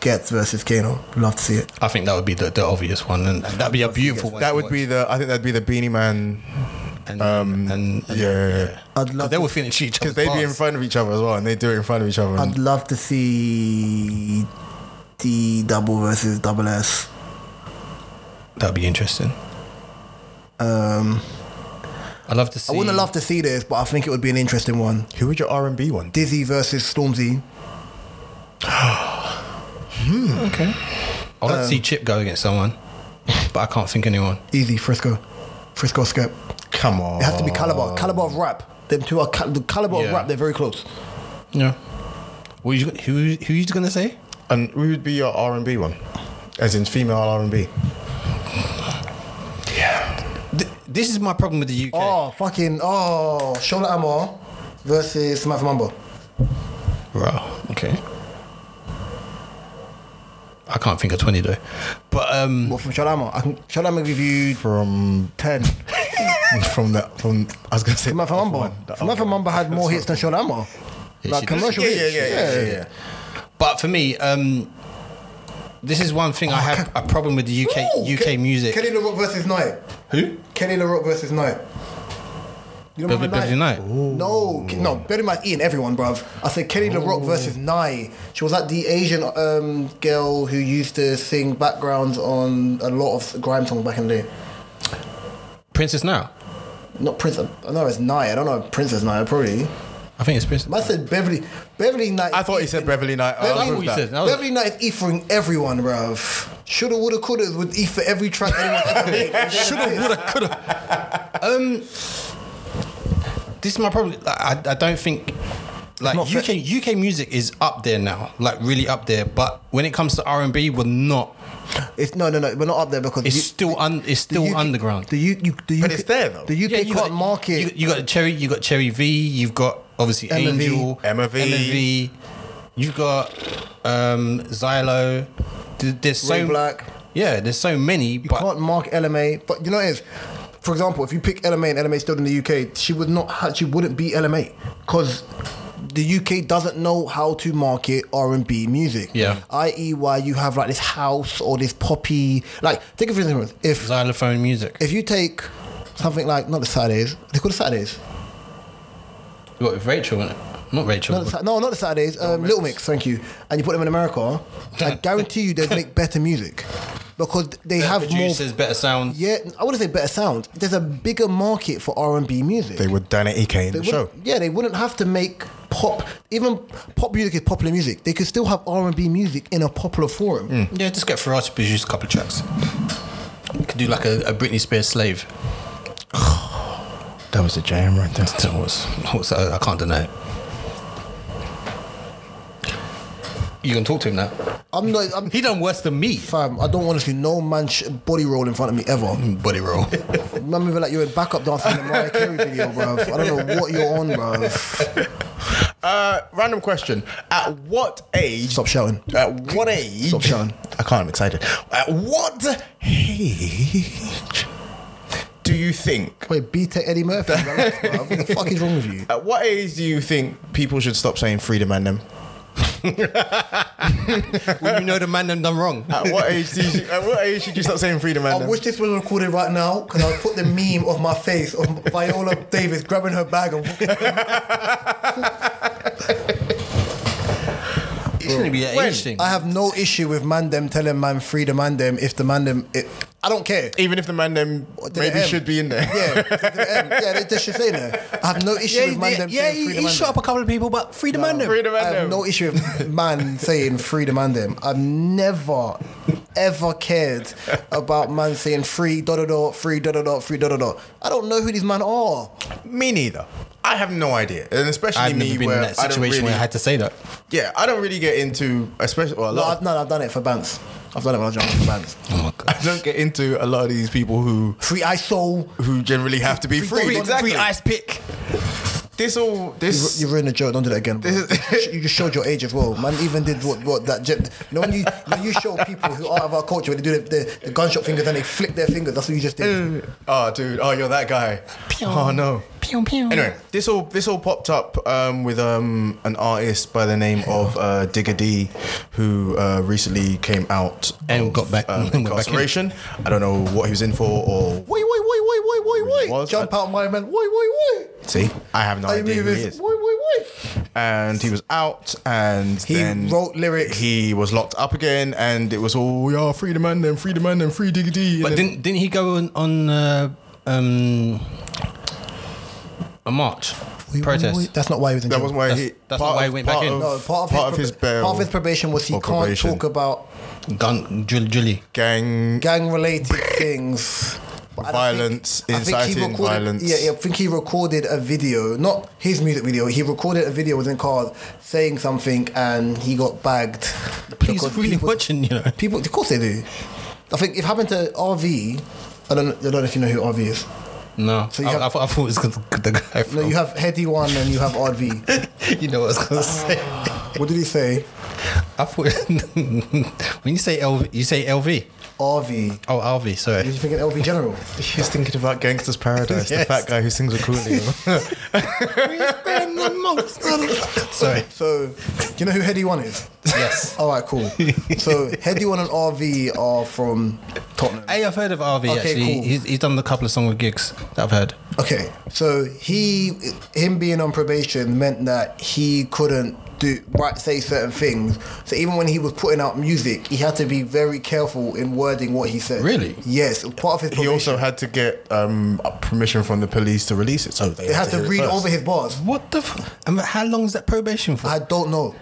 B: Getz versus Kano. Love to see it.
C: I think that would be the, the obvious one, and that'd be a beautiful one.
A: That
C: to
A: would be
C: watch.
A: the. I think that'd be the Beanie Man.
C: and, um, and, and-
A: yeah, yeah, yeah.
B: I'd
C: 'Cause
B: love.
C: they
B: To,
C: would finish each other.
A: Because they'd be in front of each other as well, and they do it in front of each other.
B: I'd love to see D double versus double S.
C: That'd be interesting.
B: Um,
C: I'd love to see.
B: I wouldn't love to see this, but I think it would be an interesting one.
A: Who would your R and B one?
B: Dizzy versus Stormzy.
C: Okay. I'd
B: um,
C: like to see Chip go against someone, but I can't think anyone.
B: Easy, Frisco. Frisco Skip.
A: Come on,
B: It has to be caliber. Caliber of rap. Them two are ca- the caliber
C: Yeah.
B: of rap. They're very close.
C: Yeah. Who you, who who you gonna say?
A: And who would be your R and B one? As in female R and B.
C: Th- this is my problem with the UK.
B: Oh fucking oh Shola Amor versus Samantha Mumbo.
C: Wow. Okay. I can't think of twenty though, but um,
B: Well, from Shola Amor, I can Shola Amor give you
A: From
B: ten.
A: from the from I was gonna say
B: Samantha
A: the other
B: Mumbo.
A: one, the other
B: Samantha
A: one.
B: Mumbo had more hits than Shola Amor.
C: Yeah, she
B: like
C: did.
B: commercial
A: Yeah, yeah,
B: hits.
A: yeah, yeah, yeah, yeah.
C: but for me, um, this is one thing I have a problem with the UK
B: Oh, Ooh,
C: UK
B: Ke-
C: music.
B: Kenny LaRock versus Knight.
C: who?
B: Kenny LaRock versus Knight. You remember
C: Beverly, Beverly Knight.
B: No, Ke- no, Betty Mike's eating everyone, bruv. I said Kelly LaRock versus Nye. She was like the Asian um, girl who used to sing backgrounds on a lot of grime songs back in the day.
C: Princess now.
B: Not Princess, I know it's Nye. I don't know Princess Nye, probably.
C: I think it's Princess.
B: I said Beverly, Beverly Knight.
A: I thought he said Beverly Knight. I
B: Beverly-
A: agree with
C: I thought you
A: that.
C: said- That was-
B: Beverly Knight is ethering everyone, bruv. Shoulda, woulda, coulda would E for every track anyone ever made. Shoulda, woulda,
C: This is my problem. Like, I I don't think. Like
B: not
C: UK UK music is up there now, like really up there. But when it comes to R and B, we're not.
B: It's no, no, no. We're not up there because
C: It's
B: you-
C: still un, it's
B: the
C: still
B: UK
C: underground.
B: The U, you, the UK,
A: it's there, though.
B: The UK can't
C: you got-
B: market.
C: You, you got Cherry. You got Cherry V. You've got obviously
B: Emma V.
C: Angel.
A: Emma V.
C: V. You've got um, Xylo. Th- There's so
B: Ray Black.
C: Yeah, there's so many.
B: you
C: but
B: can't market LMA. But you know what it is. For example, if you pick LMA and LMA still in the UK, she would not. Ha- she wouldn't be LMA because the UK doesn't know how to market R and B music.
C: Yeah.
B: I.e., why you have like this house or this poppy. Like, think of for instance, if
C: xylophone music.
B: if you take something like not the Saturdays, they call the Saturdays.
C: what with Rachel? Wasn't it? Not Rachel.
B: Not the, Sa- no, not the Saturdays. Um, Little Mix, thank you. And you put them in America, I guarantee you they'd make better music because they have more.
C: producers, better sound.
B: Yeah, I wouldn't say better sound. There's a bigger market for R and B music.
A: They were Dan EK in the
B: wouldn't-
A: show.
B: Yeah, they wouldn't have to make pop. Even pop music is popular music. They could still have R and B music in a popular forum.
C: Yeah, just get Ferrari to produce a couple of tracks. Could do like a, a Britney Spears slave.
A: That was a jam right there.
C: That was, that was- I, I can't deny it. You can talk to him now.
B: I'm not. I'm,
C: He done worse than me.
B: fam, I don't want to see no man sh- body roll in front of me ever.
C: Body roll.
B: I'm moving like you're in backup dance in the Mariah Carey video, bruv. I don't know what you're on, bruv.
A: Uh, random question: At what age?
B: Stop shouting.
A: At what age?
B: Stop shouting.
A: I can't. I'm excited. At what age do you think?
B: Wait, beat to E Eddie Murphy. relax, bruv. What the fuck is wrong with you?
A: At what age do you think people should stop saying freedom and them?
C: when you know the man done done wrong.
A: At what age do you, at what age should you stop saying freedom and
B: I
A: them?
B: wish this was recorded right now because I would put the meme of my face of Viola Davis grabbing her bag and walking.
C: It's going to be an age thing.
B: I have no issue with Mandem telling man free the Mandem if the Mandem. It, I don't care.
A: Even if the man them
B: To the
A: maybe
B: M.
A: should be in there.
B: Yeah, to the M. yeah, they, they should say that. I have no issue with Mandem saying free the Mandem.
C: a couple of people, but free the man
A: Freedom
B: I
A: and
B: have
A: them.
B: no issue with man saying free the Mandem. I've never, ever cared about man saying free da da da, free da da da, free da da da. I don't know who these men are.
A: me neither. I have no idea, and especially
C: I've
A: me
C: never been
A: where
C: in that
A: I don't really,
C: situation where I had to say that.
A: yeah, I don't really get into especially well, a
B: No,
A: lot of
B: I've, no, I've done it for bands. I've done it when I was younger for bands.
C: Oh my
A: I don't get into a lot of these people who
B: Free ISO.
A: who generally have to be free.
B: free-
A: exactly.
C: Free ice pick.
A: This all
B: You,
A: this
B: you ruined the joke. Don't do that again. Bro. you just showed your age as well. Man, even did what what that. gen- You know when you when you show people who are of our culture when they do the, the, the gunshot fingers and they flick their fingers. That's what you just did.
A: Oh, dude. Oh, you're that guy. Oh no. Anyway, this all this all popped up um, with um, an artist by the name of uh, Digger D, who uh, recently came out
C: And
A: of,
C: got back-
A: um,
C: got back in.
A: incarceration. I don't know what he was in for or
B: Wait, wait, wait, wait, wait, wait, wait.
A: Was-
B: Jump out, my man. Wait, wait, wait.
A: see. I have no
B: Are you
A: idea
B: moving?
A: who he
B: Wait,
A: is.
B: wait, wait.
A: And he was out, and
B: He
A: then
B: wrote lyrics.
A: He was locked up again, and it was all yeah, free the man, then free the man, then free Digger D. and
C: But
A: then-
C: didn't didn't he go on on uh, um, a march
B: Wait,
C: protest?
B: wait, wait. That's not why he was in
A: that
B: jail.
A: wasn't why
C: That's-
A: he.
C: that's not why he went back
A: part
C: in.
A: Of,
B: No, part of his, prob-
A: bail
B: part of his probation was he
A: or
B: can't
A: probation,
B: talk about
C: Gun drill, drilly.
A: gang
B: gang related things. But I don't
A: Violence,
B: I think he
A: inciting
B: recorded-
A: violence.
B: Yeah, yeah, I think he recorded a video, not his music video. He recorded a video within cars saying something, and he got bagged.
C: Please,
B: because
C: really
B: people-
C: watching, you know.
B: People, of course they do. I think it happened to RV. I don't, I don't know if you know who RV is.
C: No,
B: So you
C: I,
B: have-
C: I, thought, I thought it was 'cause the guy. From,
B: No, you have Heady One and you have RV.
C: you know what I was gonna say.
B: what did he say?
C: Ah. I thought when you say LV, you say LV.
B: RV.
C: Oh, LV.
B: Did
C: Sorry.
B: you think an LV General?
A: He's thinking about Gangster's Paradise, the
C: Yes.
A: fat guy who sings with Coolio.
C: sorry.
B: So, do you know who Heady One is?
C: Yes.
B: All right, cool. So Heady One and RV are from Tottenham.
C: Hey, I've heard of RV
B: Okay,
C: actually.
B: cool.
C: He's, he's done a couple of song with gigs that I've heard.
B: Okay, so he, him being on probation meant that he couldn't do right say certain things. So even when he was putting out music, he had to be very careful in wording what he said.
C: Really?
B: Yes, part of his
A: he
B: probation.
A: also had to get um, permission from the police to release it, so they
B: they had to
A: hear it
B: read
A: first.
B: over his bars.
C: What the? F- I mean, how long is that probation for?
B: I don't know.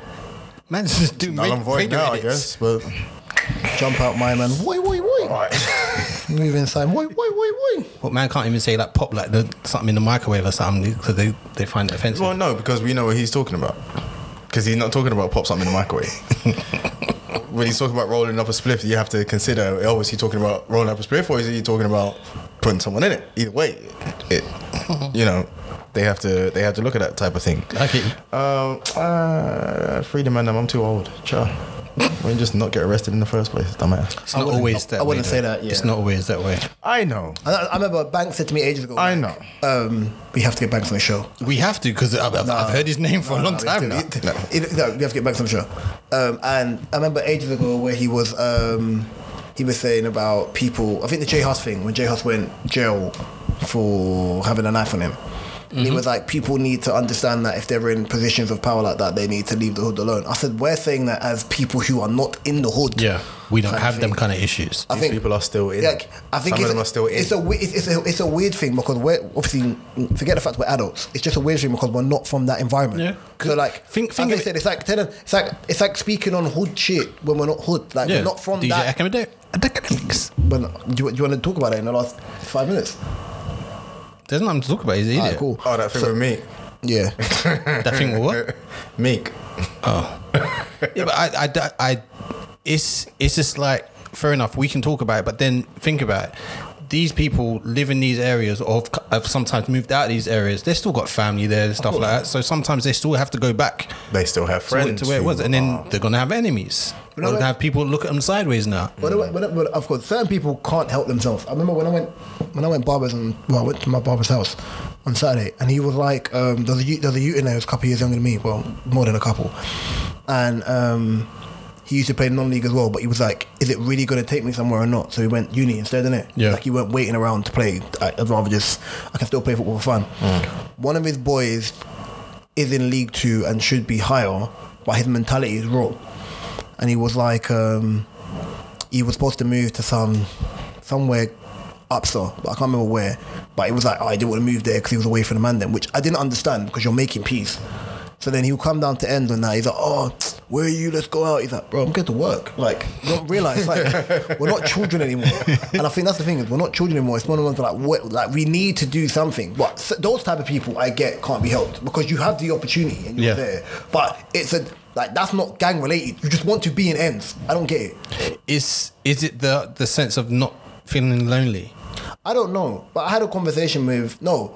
C: Man's just doing
A: Null
C: radio,
A: and void
C: radio
A: now, I
C: edits.
A: guess. But
B: Jump out, my man. Wait, wait, wait. Move inside. Wait, wait, wait, wait.
C: But man can't even say like pop like the, something in the microwave or something because they, they find it offensive.
A: well, no, because we know what he's talking about. Because he's not talking about pop something in the microwave. when he's talking about rolling up a spliff, you have to consider: oh, is he talking about rolling up a spliff, or is he talking about putting someone in it? Either way, it, you know, they have to they have to look at that type of thing.
C: Okay.
A: Um, uh, freedom, man. I'm too old. Sure. Why you just not get arrested in the first place, dumbass?
C: It's not always that.
B: I wouldn't
C: way,
B: say
C: though.
B: that, yeah.
C: It's not always that way.
A: I know.
B: I, I remember Banks said to me ages ago.
A: I
B: like,
A: know.
B: Um, we have to get Banks on the show.
C: We have to because I've, I've- I've heard his name for a long
B: No,
C: time now.
B: it's- it- it- no, we have to get back to the show. Um, and I remember ages ago where he was um, he was saying about people. I think the J Hus thing when J Hus went jail for having a knife on him. And he was
C: Mm-hmm.
B: like, people need to understand that if they're in positions of power like that, they need to leave the hood alone. I said, we're saying that as people who are not in the hood.
C: Yeah, we don't
B: Kind of
C: have them
B: thing.
C: kind of issues.
B: I think
A: people are still in.
B: Like, I think
A: Some of
B: it's,
A: them are still in.
B: It's a, we- it's, it's, a, it's a weird thing because we're obviously forget the fact we're adults. It's just a weird thing because we're not from that environment.
C: Yeah.
B: So like,
C: Think-
B: as
C: think
B: they
C: of it-
B: said, it's like telling, it's like it's like speaking on hood shit when we're not hood. Like
C: yeah,
B: we're not from
C: DJ
B: that.
C: Academic- Academics.
B: But do you, do you want to talk about it in the last five minutes?
C: There's nothing to talk about. He's an
B: Alright,
C: idiot.
B: cool.
A: Oh, that thing with Meek.
B: Yeah.
C: That thing will what?
A: Meek.
C: Oh. Yeah, but I, I, I, it's it's just like fair enough. We can talk about it, but then think about it. These people live in these areas, or have, have sometimes moved out of these areas. They still got family there and stuff like that. So sometimes they still have to go back
A: They still have
C: to, where-
A: friends.
C: to where it
A: who
C: was, and then
A: are-
C: they're gonna have enemies. They're
B: know
C: gonna
B: what?
C: have people look at them sideways now.
B: But, but, but of course, certain people can't help themselves. I remember when I went when I went barbers and well, I went to my barber's house on Saturday, and he was like, um, "There's a youth- there's a youth in there who's a couple years younger than me, well, more than a couple," and um, he used to play non-league as well. But he was like, "Is it really going to take me somewhere or not?" So he went uni instead, didn't it?
C: Yeah.
B: Like he weren't waiting around to play. I- I'd rather just I can still play football for fun. One of his boys is in League Two and should be higher, but his mentality is raw. And he was like, um, he was supposed to move to some somewhere up so, but I can't remember where. But it was like, oh, I didn't want to move there because he was away from the man then, which I didn't understand because you're making peace. So then he would come down to end on that. He's like, oh, where are you? Let's go out. He's like, bro, I'm going to work. Like, you don't realize, like, we're not children anymore. And I think that's the thing is we're not children anymore. It's one of the ones that, like, what, like we need to do something. But s- those type of people I get can't be helped because you have the opportunity and you're
C: Yeah.
B: there. But it's a, like, that's not gang related. You just want to be in ends. I don't get it.
C: is is it the the sense of not feeling lonely?
B: I don't know, but I had a conversation with no.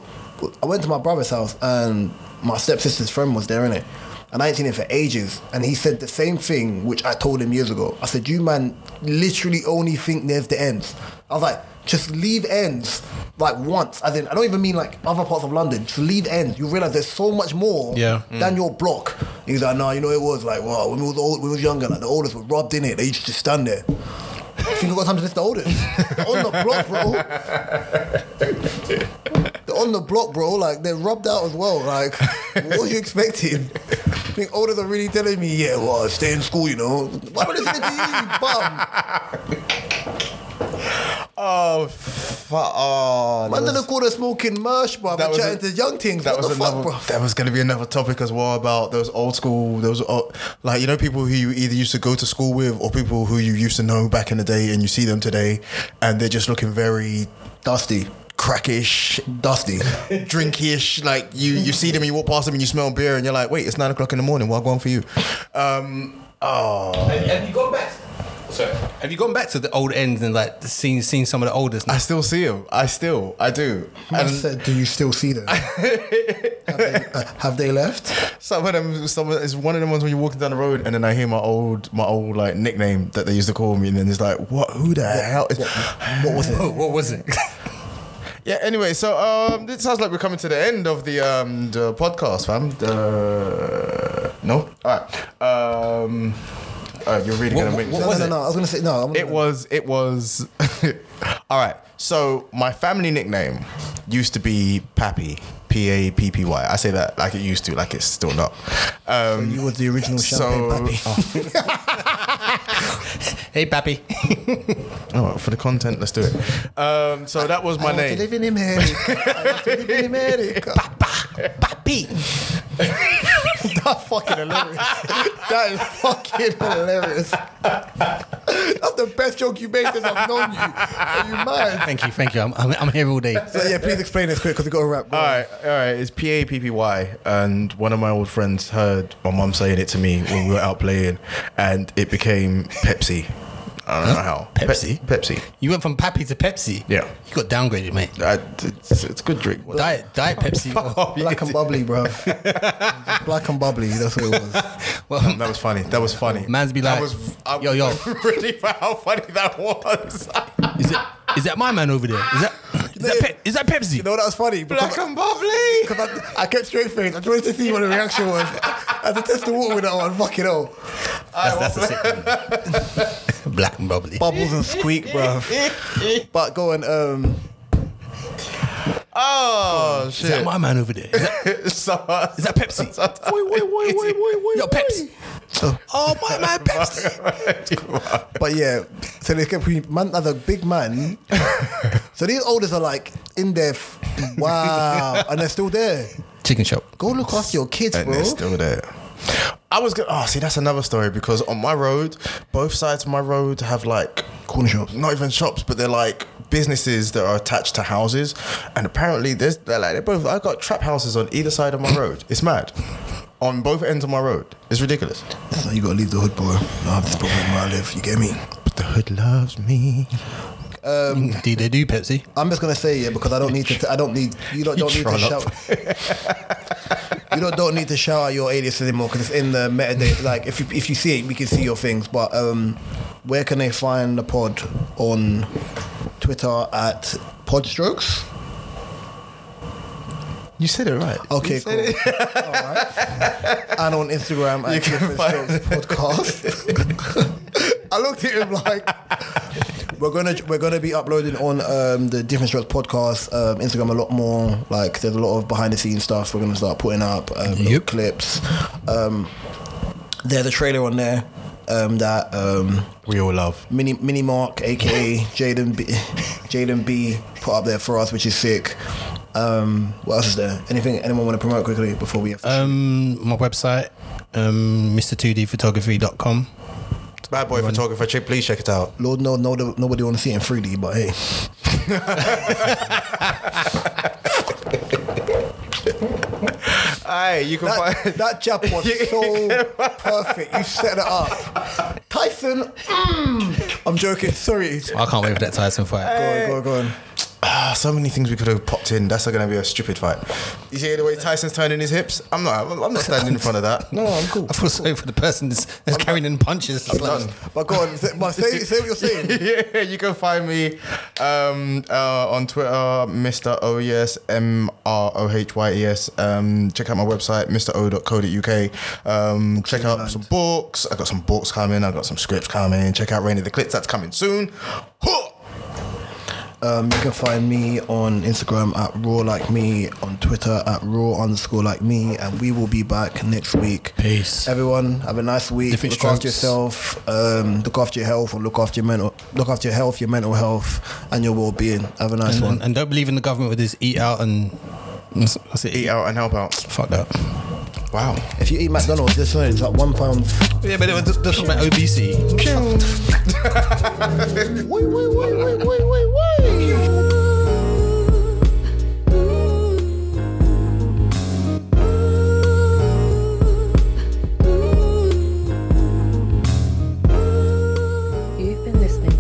B: I went to my brother's house and my stepsister's friend was there in it, and I ain't seen him for ages. And he said the same thing which I told him years ago. I said, "You man, literally only think there's the ends." I was like, "Just leave ends like once." As in, I don't even mean like other parts of London. Just leave ends. You realize there's so much more
C: Yeah.
B: than your block. And he's like, "Nah, you know it was like wow when we was old, when we was younger, like the oldest were robbed in it. They used to just stand there." Think I've got time to listen to oldest on the block, bro. They're on the block, bro. Like they're rubbed out as well. Like what were you expecting? I think olders are really telling me, yeah, well, stay in school, you know. Why am I listening to you, bum?
A: Oh, fu- oh that
B: Man,
A: was-
B: then call the smoking merch, bro.
A: That
B: I'm
A: was
B: chatting
A: a-
B: to young things.
A: That
B: what
A: was
B: the
A: another.
B: fuck, bro?
A: that was going to be another topic as well about those old school, those old, like you know people who you either used to go to school with or people who you used to know back in the day, and you see them today, and they're just looking very
B: Dusty,
A: crackish,
B: dusty.
A: drinkish. Like you, you see them, and you walk past them, and you smell beer, and you're like, wait, it's nine o'clock in the morning. What going for you? Um, oh,
C: Have you gone back? Sorry. Have you gone back to the old ends and like seen seen some of the oldest?
A: I still see them. I still, I do.
B: I
A: And
B: said, do you still see them? have, they, uh, have they left?
A: Some of them, some of, it's one of the ones when you're walking down the road, and then I hear my old, my old like nickname that they used to call me, and then it's like, what? Who the hell? Is,
B: What was it?
C: Whoa, what was it?
A: yeah. Anyway, so um, it sounds like we're coming to the end of the um the podcast, fam. The, no, all right. Um, all right, you're really gonna make.
B: no,
C: was
B: no,
C: it?
B: no, I was gonna say no. I'm
A: It was. It was. all right. So my family nickname used to be Pappy. P A P P Y. I say that like it used to, like it's still not. Um,
B: You was the original champagne pappy.
C: hey, Pappy.
A: All right, oh, for the content, let's do it. Um, so that was my
B: I want to live
A: name.
B: in America. I want to live in America.
C: Pappy.
B: That's fucking hilarious. that is fucking hilarious. That's the best joke you made since I've known you. Are you mad?
C: Thank you, thank you. I'm, I'm, I'm here all day.
B: So yeah, please explain this quick because we got to wrap. bro.
A: All right, all right. It's P A P P Y, and one of my old friends heard my mum saying it to me when we were out playing, and it became Pepsi. I don't know how. Pe-
C: Pepsi?
A: Pepsi.
C: You went from Pappy to Pepsi.
A: Yeah.
C: You got downgraded, mate.
A: I, it's, it's a good drink. What
C: Diet Diet Pepsi.
A: the-
B: Black and bubbly, bro. Black and bubbly. That's what it was.
C: well,
A: That was funny. That was funny.
C: man's be
A: that
C: like,
A: was I,
C: yo, yo,
A: really proud how funny that was.
C: is it is that my man over there? Is that is that, pe- is that Pepsi?
B: You know that was funny.
A: Black
B: Because
A: and bubbly.
B: I, I kept straight face. I just wanted to see what the reaction was. I had to test the water with that one. Fucking hell.
C: that's, that's a sick one. Black and bubbly.
B: Bubbles and squeak, bro. But go and um,
A: Oh
C: Is that
A: shit!
C: my man over there? Is that,
A: So-
C: is that Pepsi?
A: Wait, wait, wait, wait, wait, wait.
C: Yo, Pepsi. Oh my man, Pepsi.
B: But yeah, so they kept being- man as a big man. so these olders are like in their f- wow, and they're still there.
C: Chicken shop.
B: Go look after your kids,
A: and
B: bro.
A: they're still there. I was gonna. Oh, see, that's another story because on my road, both sides of my road have like
B: Corner shops.
A: not even shops, but they're like businesses that are attached to houses, and apparently there's they're like they're both. I got trap houses on either side of my road. It's mad. On both ends of my road, it's ridiculous.
B: So you gotta leave the hood, bro. I have this problem where I live. You get me?
A: But the hood loves me.
C: Um, Do they do Pepsi?
B: I'm just gonna say yeah because I don't need to. T- I don't need you. Don't, don't need to
A: Troll
B: shout. you don't don't need to shout out your aliases anymore because it's in the metadata. Like if you if you see it, we can see your things. But um, where can they find the pod on Twitter at Podstrokes?
A: You said it right.
B: Okay, cool. All right. And on Instagram at
A: can
B: Different
A: find-
B: Strokes Podcast. I looked at him like we're gonna we're gonna be uploading on um, the Different Strokes Podcast um, Instagram a lot more. Like there's a lot of behind the scenes stuff we're gonna start putting up um, little
C: Yep.
B: clips. Um, there's a trailer on there um, that um,
A: We all love.
B: Mini Mini Mark, aka Jaden B, Jaden B, put up there for us, which is sick. Um, what else is there? Anything anyone want to promote quickly before we? Have
C: Um, my website, um, Mr2dphotography.com.
A: Bad boy photographer, chick, please check it out.
B: Lord, no, no, nobody want to see it in 3D, but hey,
A: Aye, you can
B: that,
A: find.
B: that jab was so perfect. You set it up, Tyson. Mm, I'm joking. Sorry. Go
C: I can't wait for that Tyson fight.
B: on, go on, go on.
A: Ah, so many things we could have popped in. That's going to be a stupid fight. You see the way Tyson's turning his hips? I'm not. I'm not standing in front of that. No, I'm cool.
C: I feel sorry for the person that's, that's carrying in punches. It's like-
A: Done.
B: But go on. Say, but say, say what you're saying.
A: yeah, you can find me um, uh, on Twitter, Mr. O E S M R O H Y E S. Um, check out my website, mro.co.uk. Um, check out some books. I got some books coming. I got some scripts coming. Check out Rain of the Clips. That's coming soon. Huh!
B: Um, you can find me on Instagram at raw like me, on Twitter at raw underscore like me, and we will be back next week.
C: Peace.
B: Everyone, have a nice week.
C: Different
B: look after
C: strokes.
B: yourself. Um, look after your health, or look after your mental, look after your health, your mental health, and your well-being. Have a nice
C: And,
B: one.
C: and don't believe in the government with this eat out and what's it?
A: Eat out and help out.
C: Fuck that.
A: Wow.
B: If you eat McDonald's, just know it's like one pound.
C: Yeah, but it was just, just my obesity.
B: Wait, wait, wait, wait, wait, wait, wait.
E: You've been listening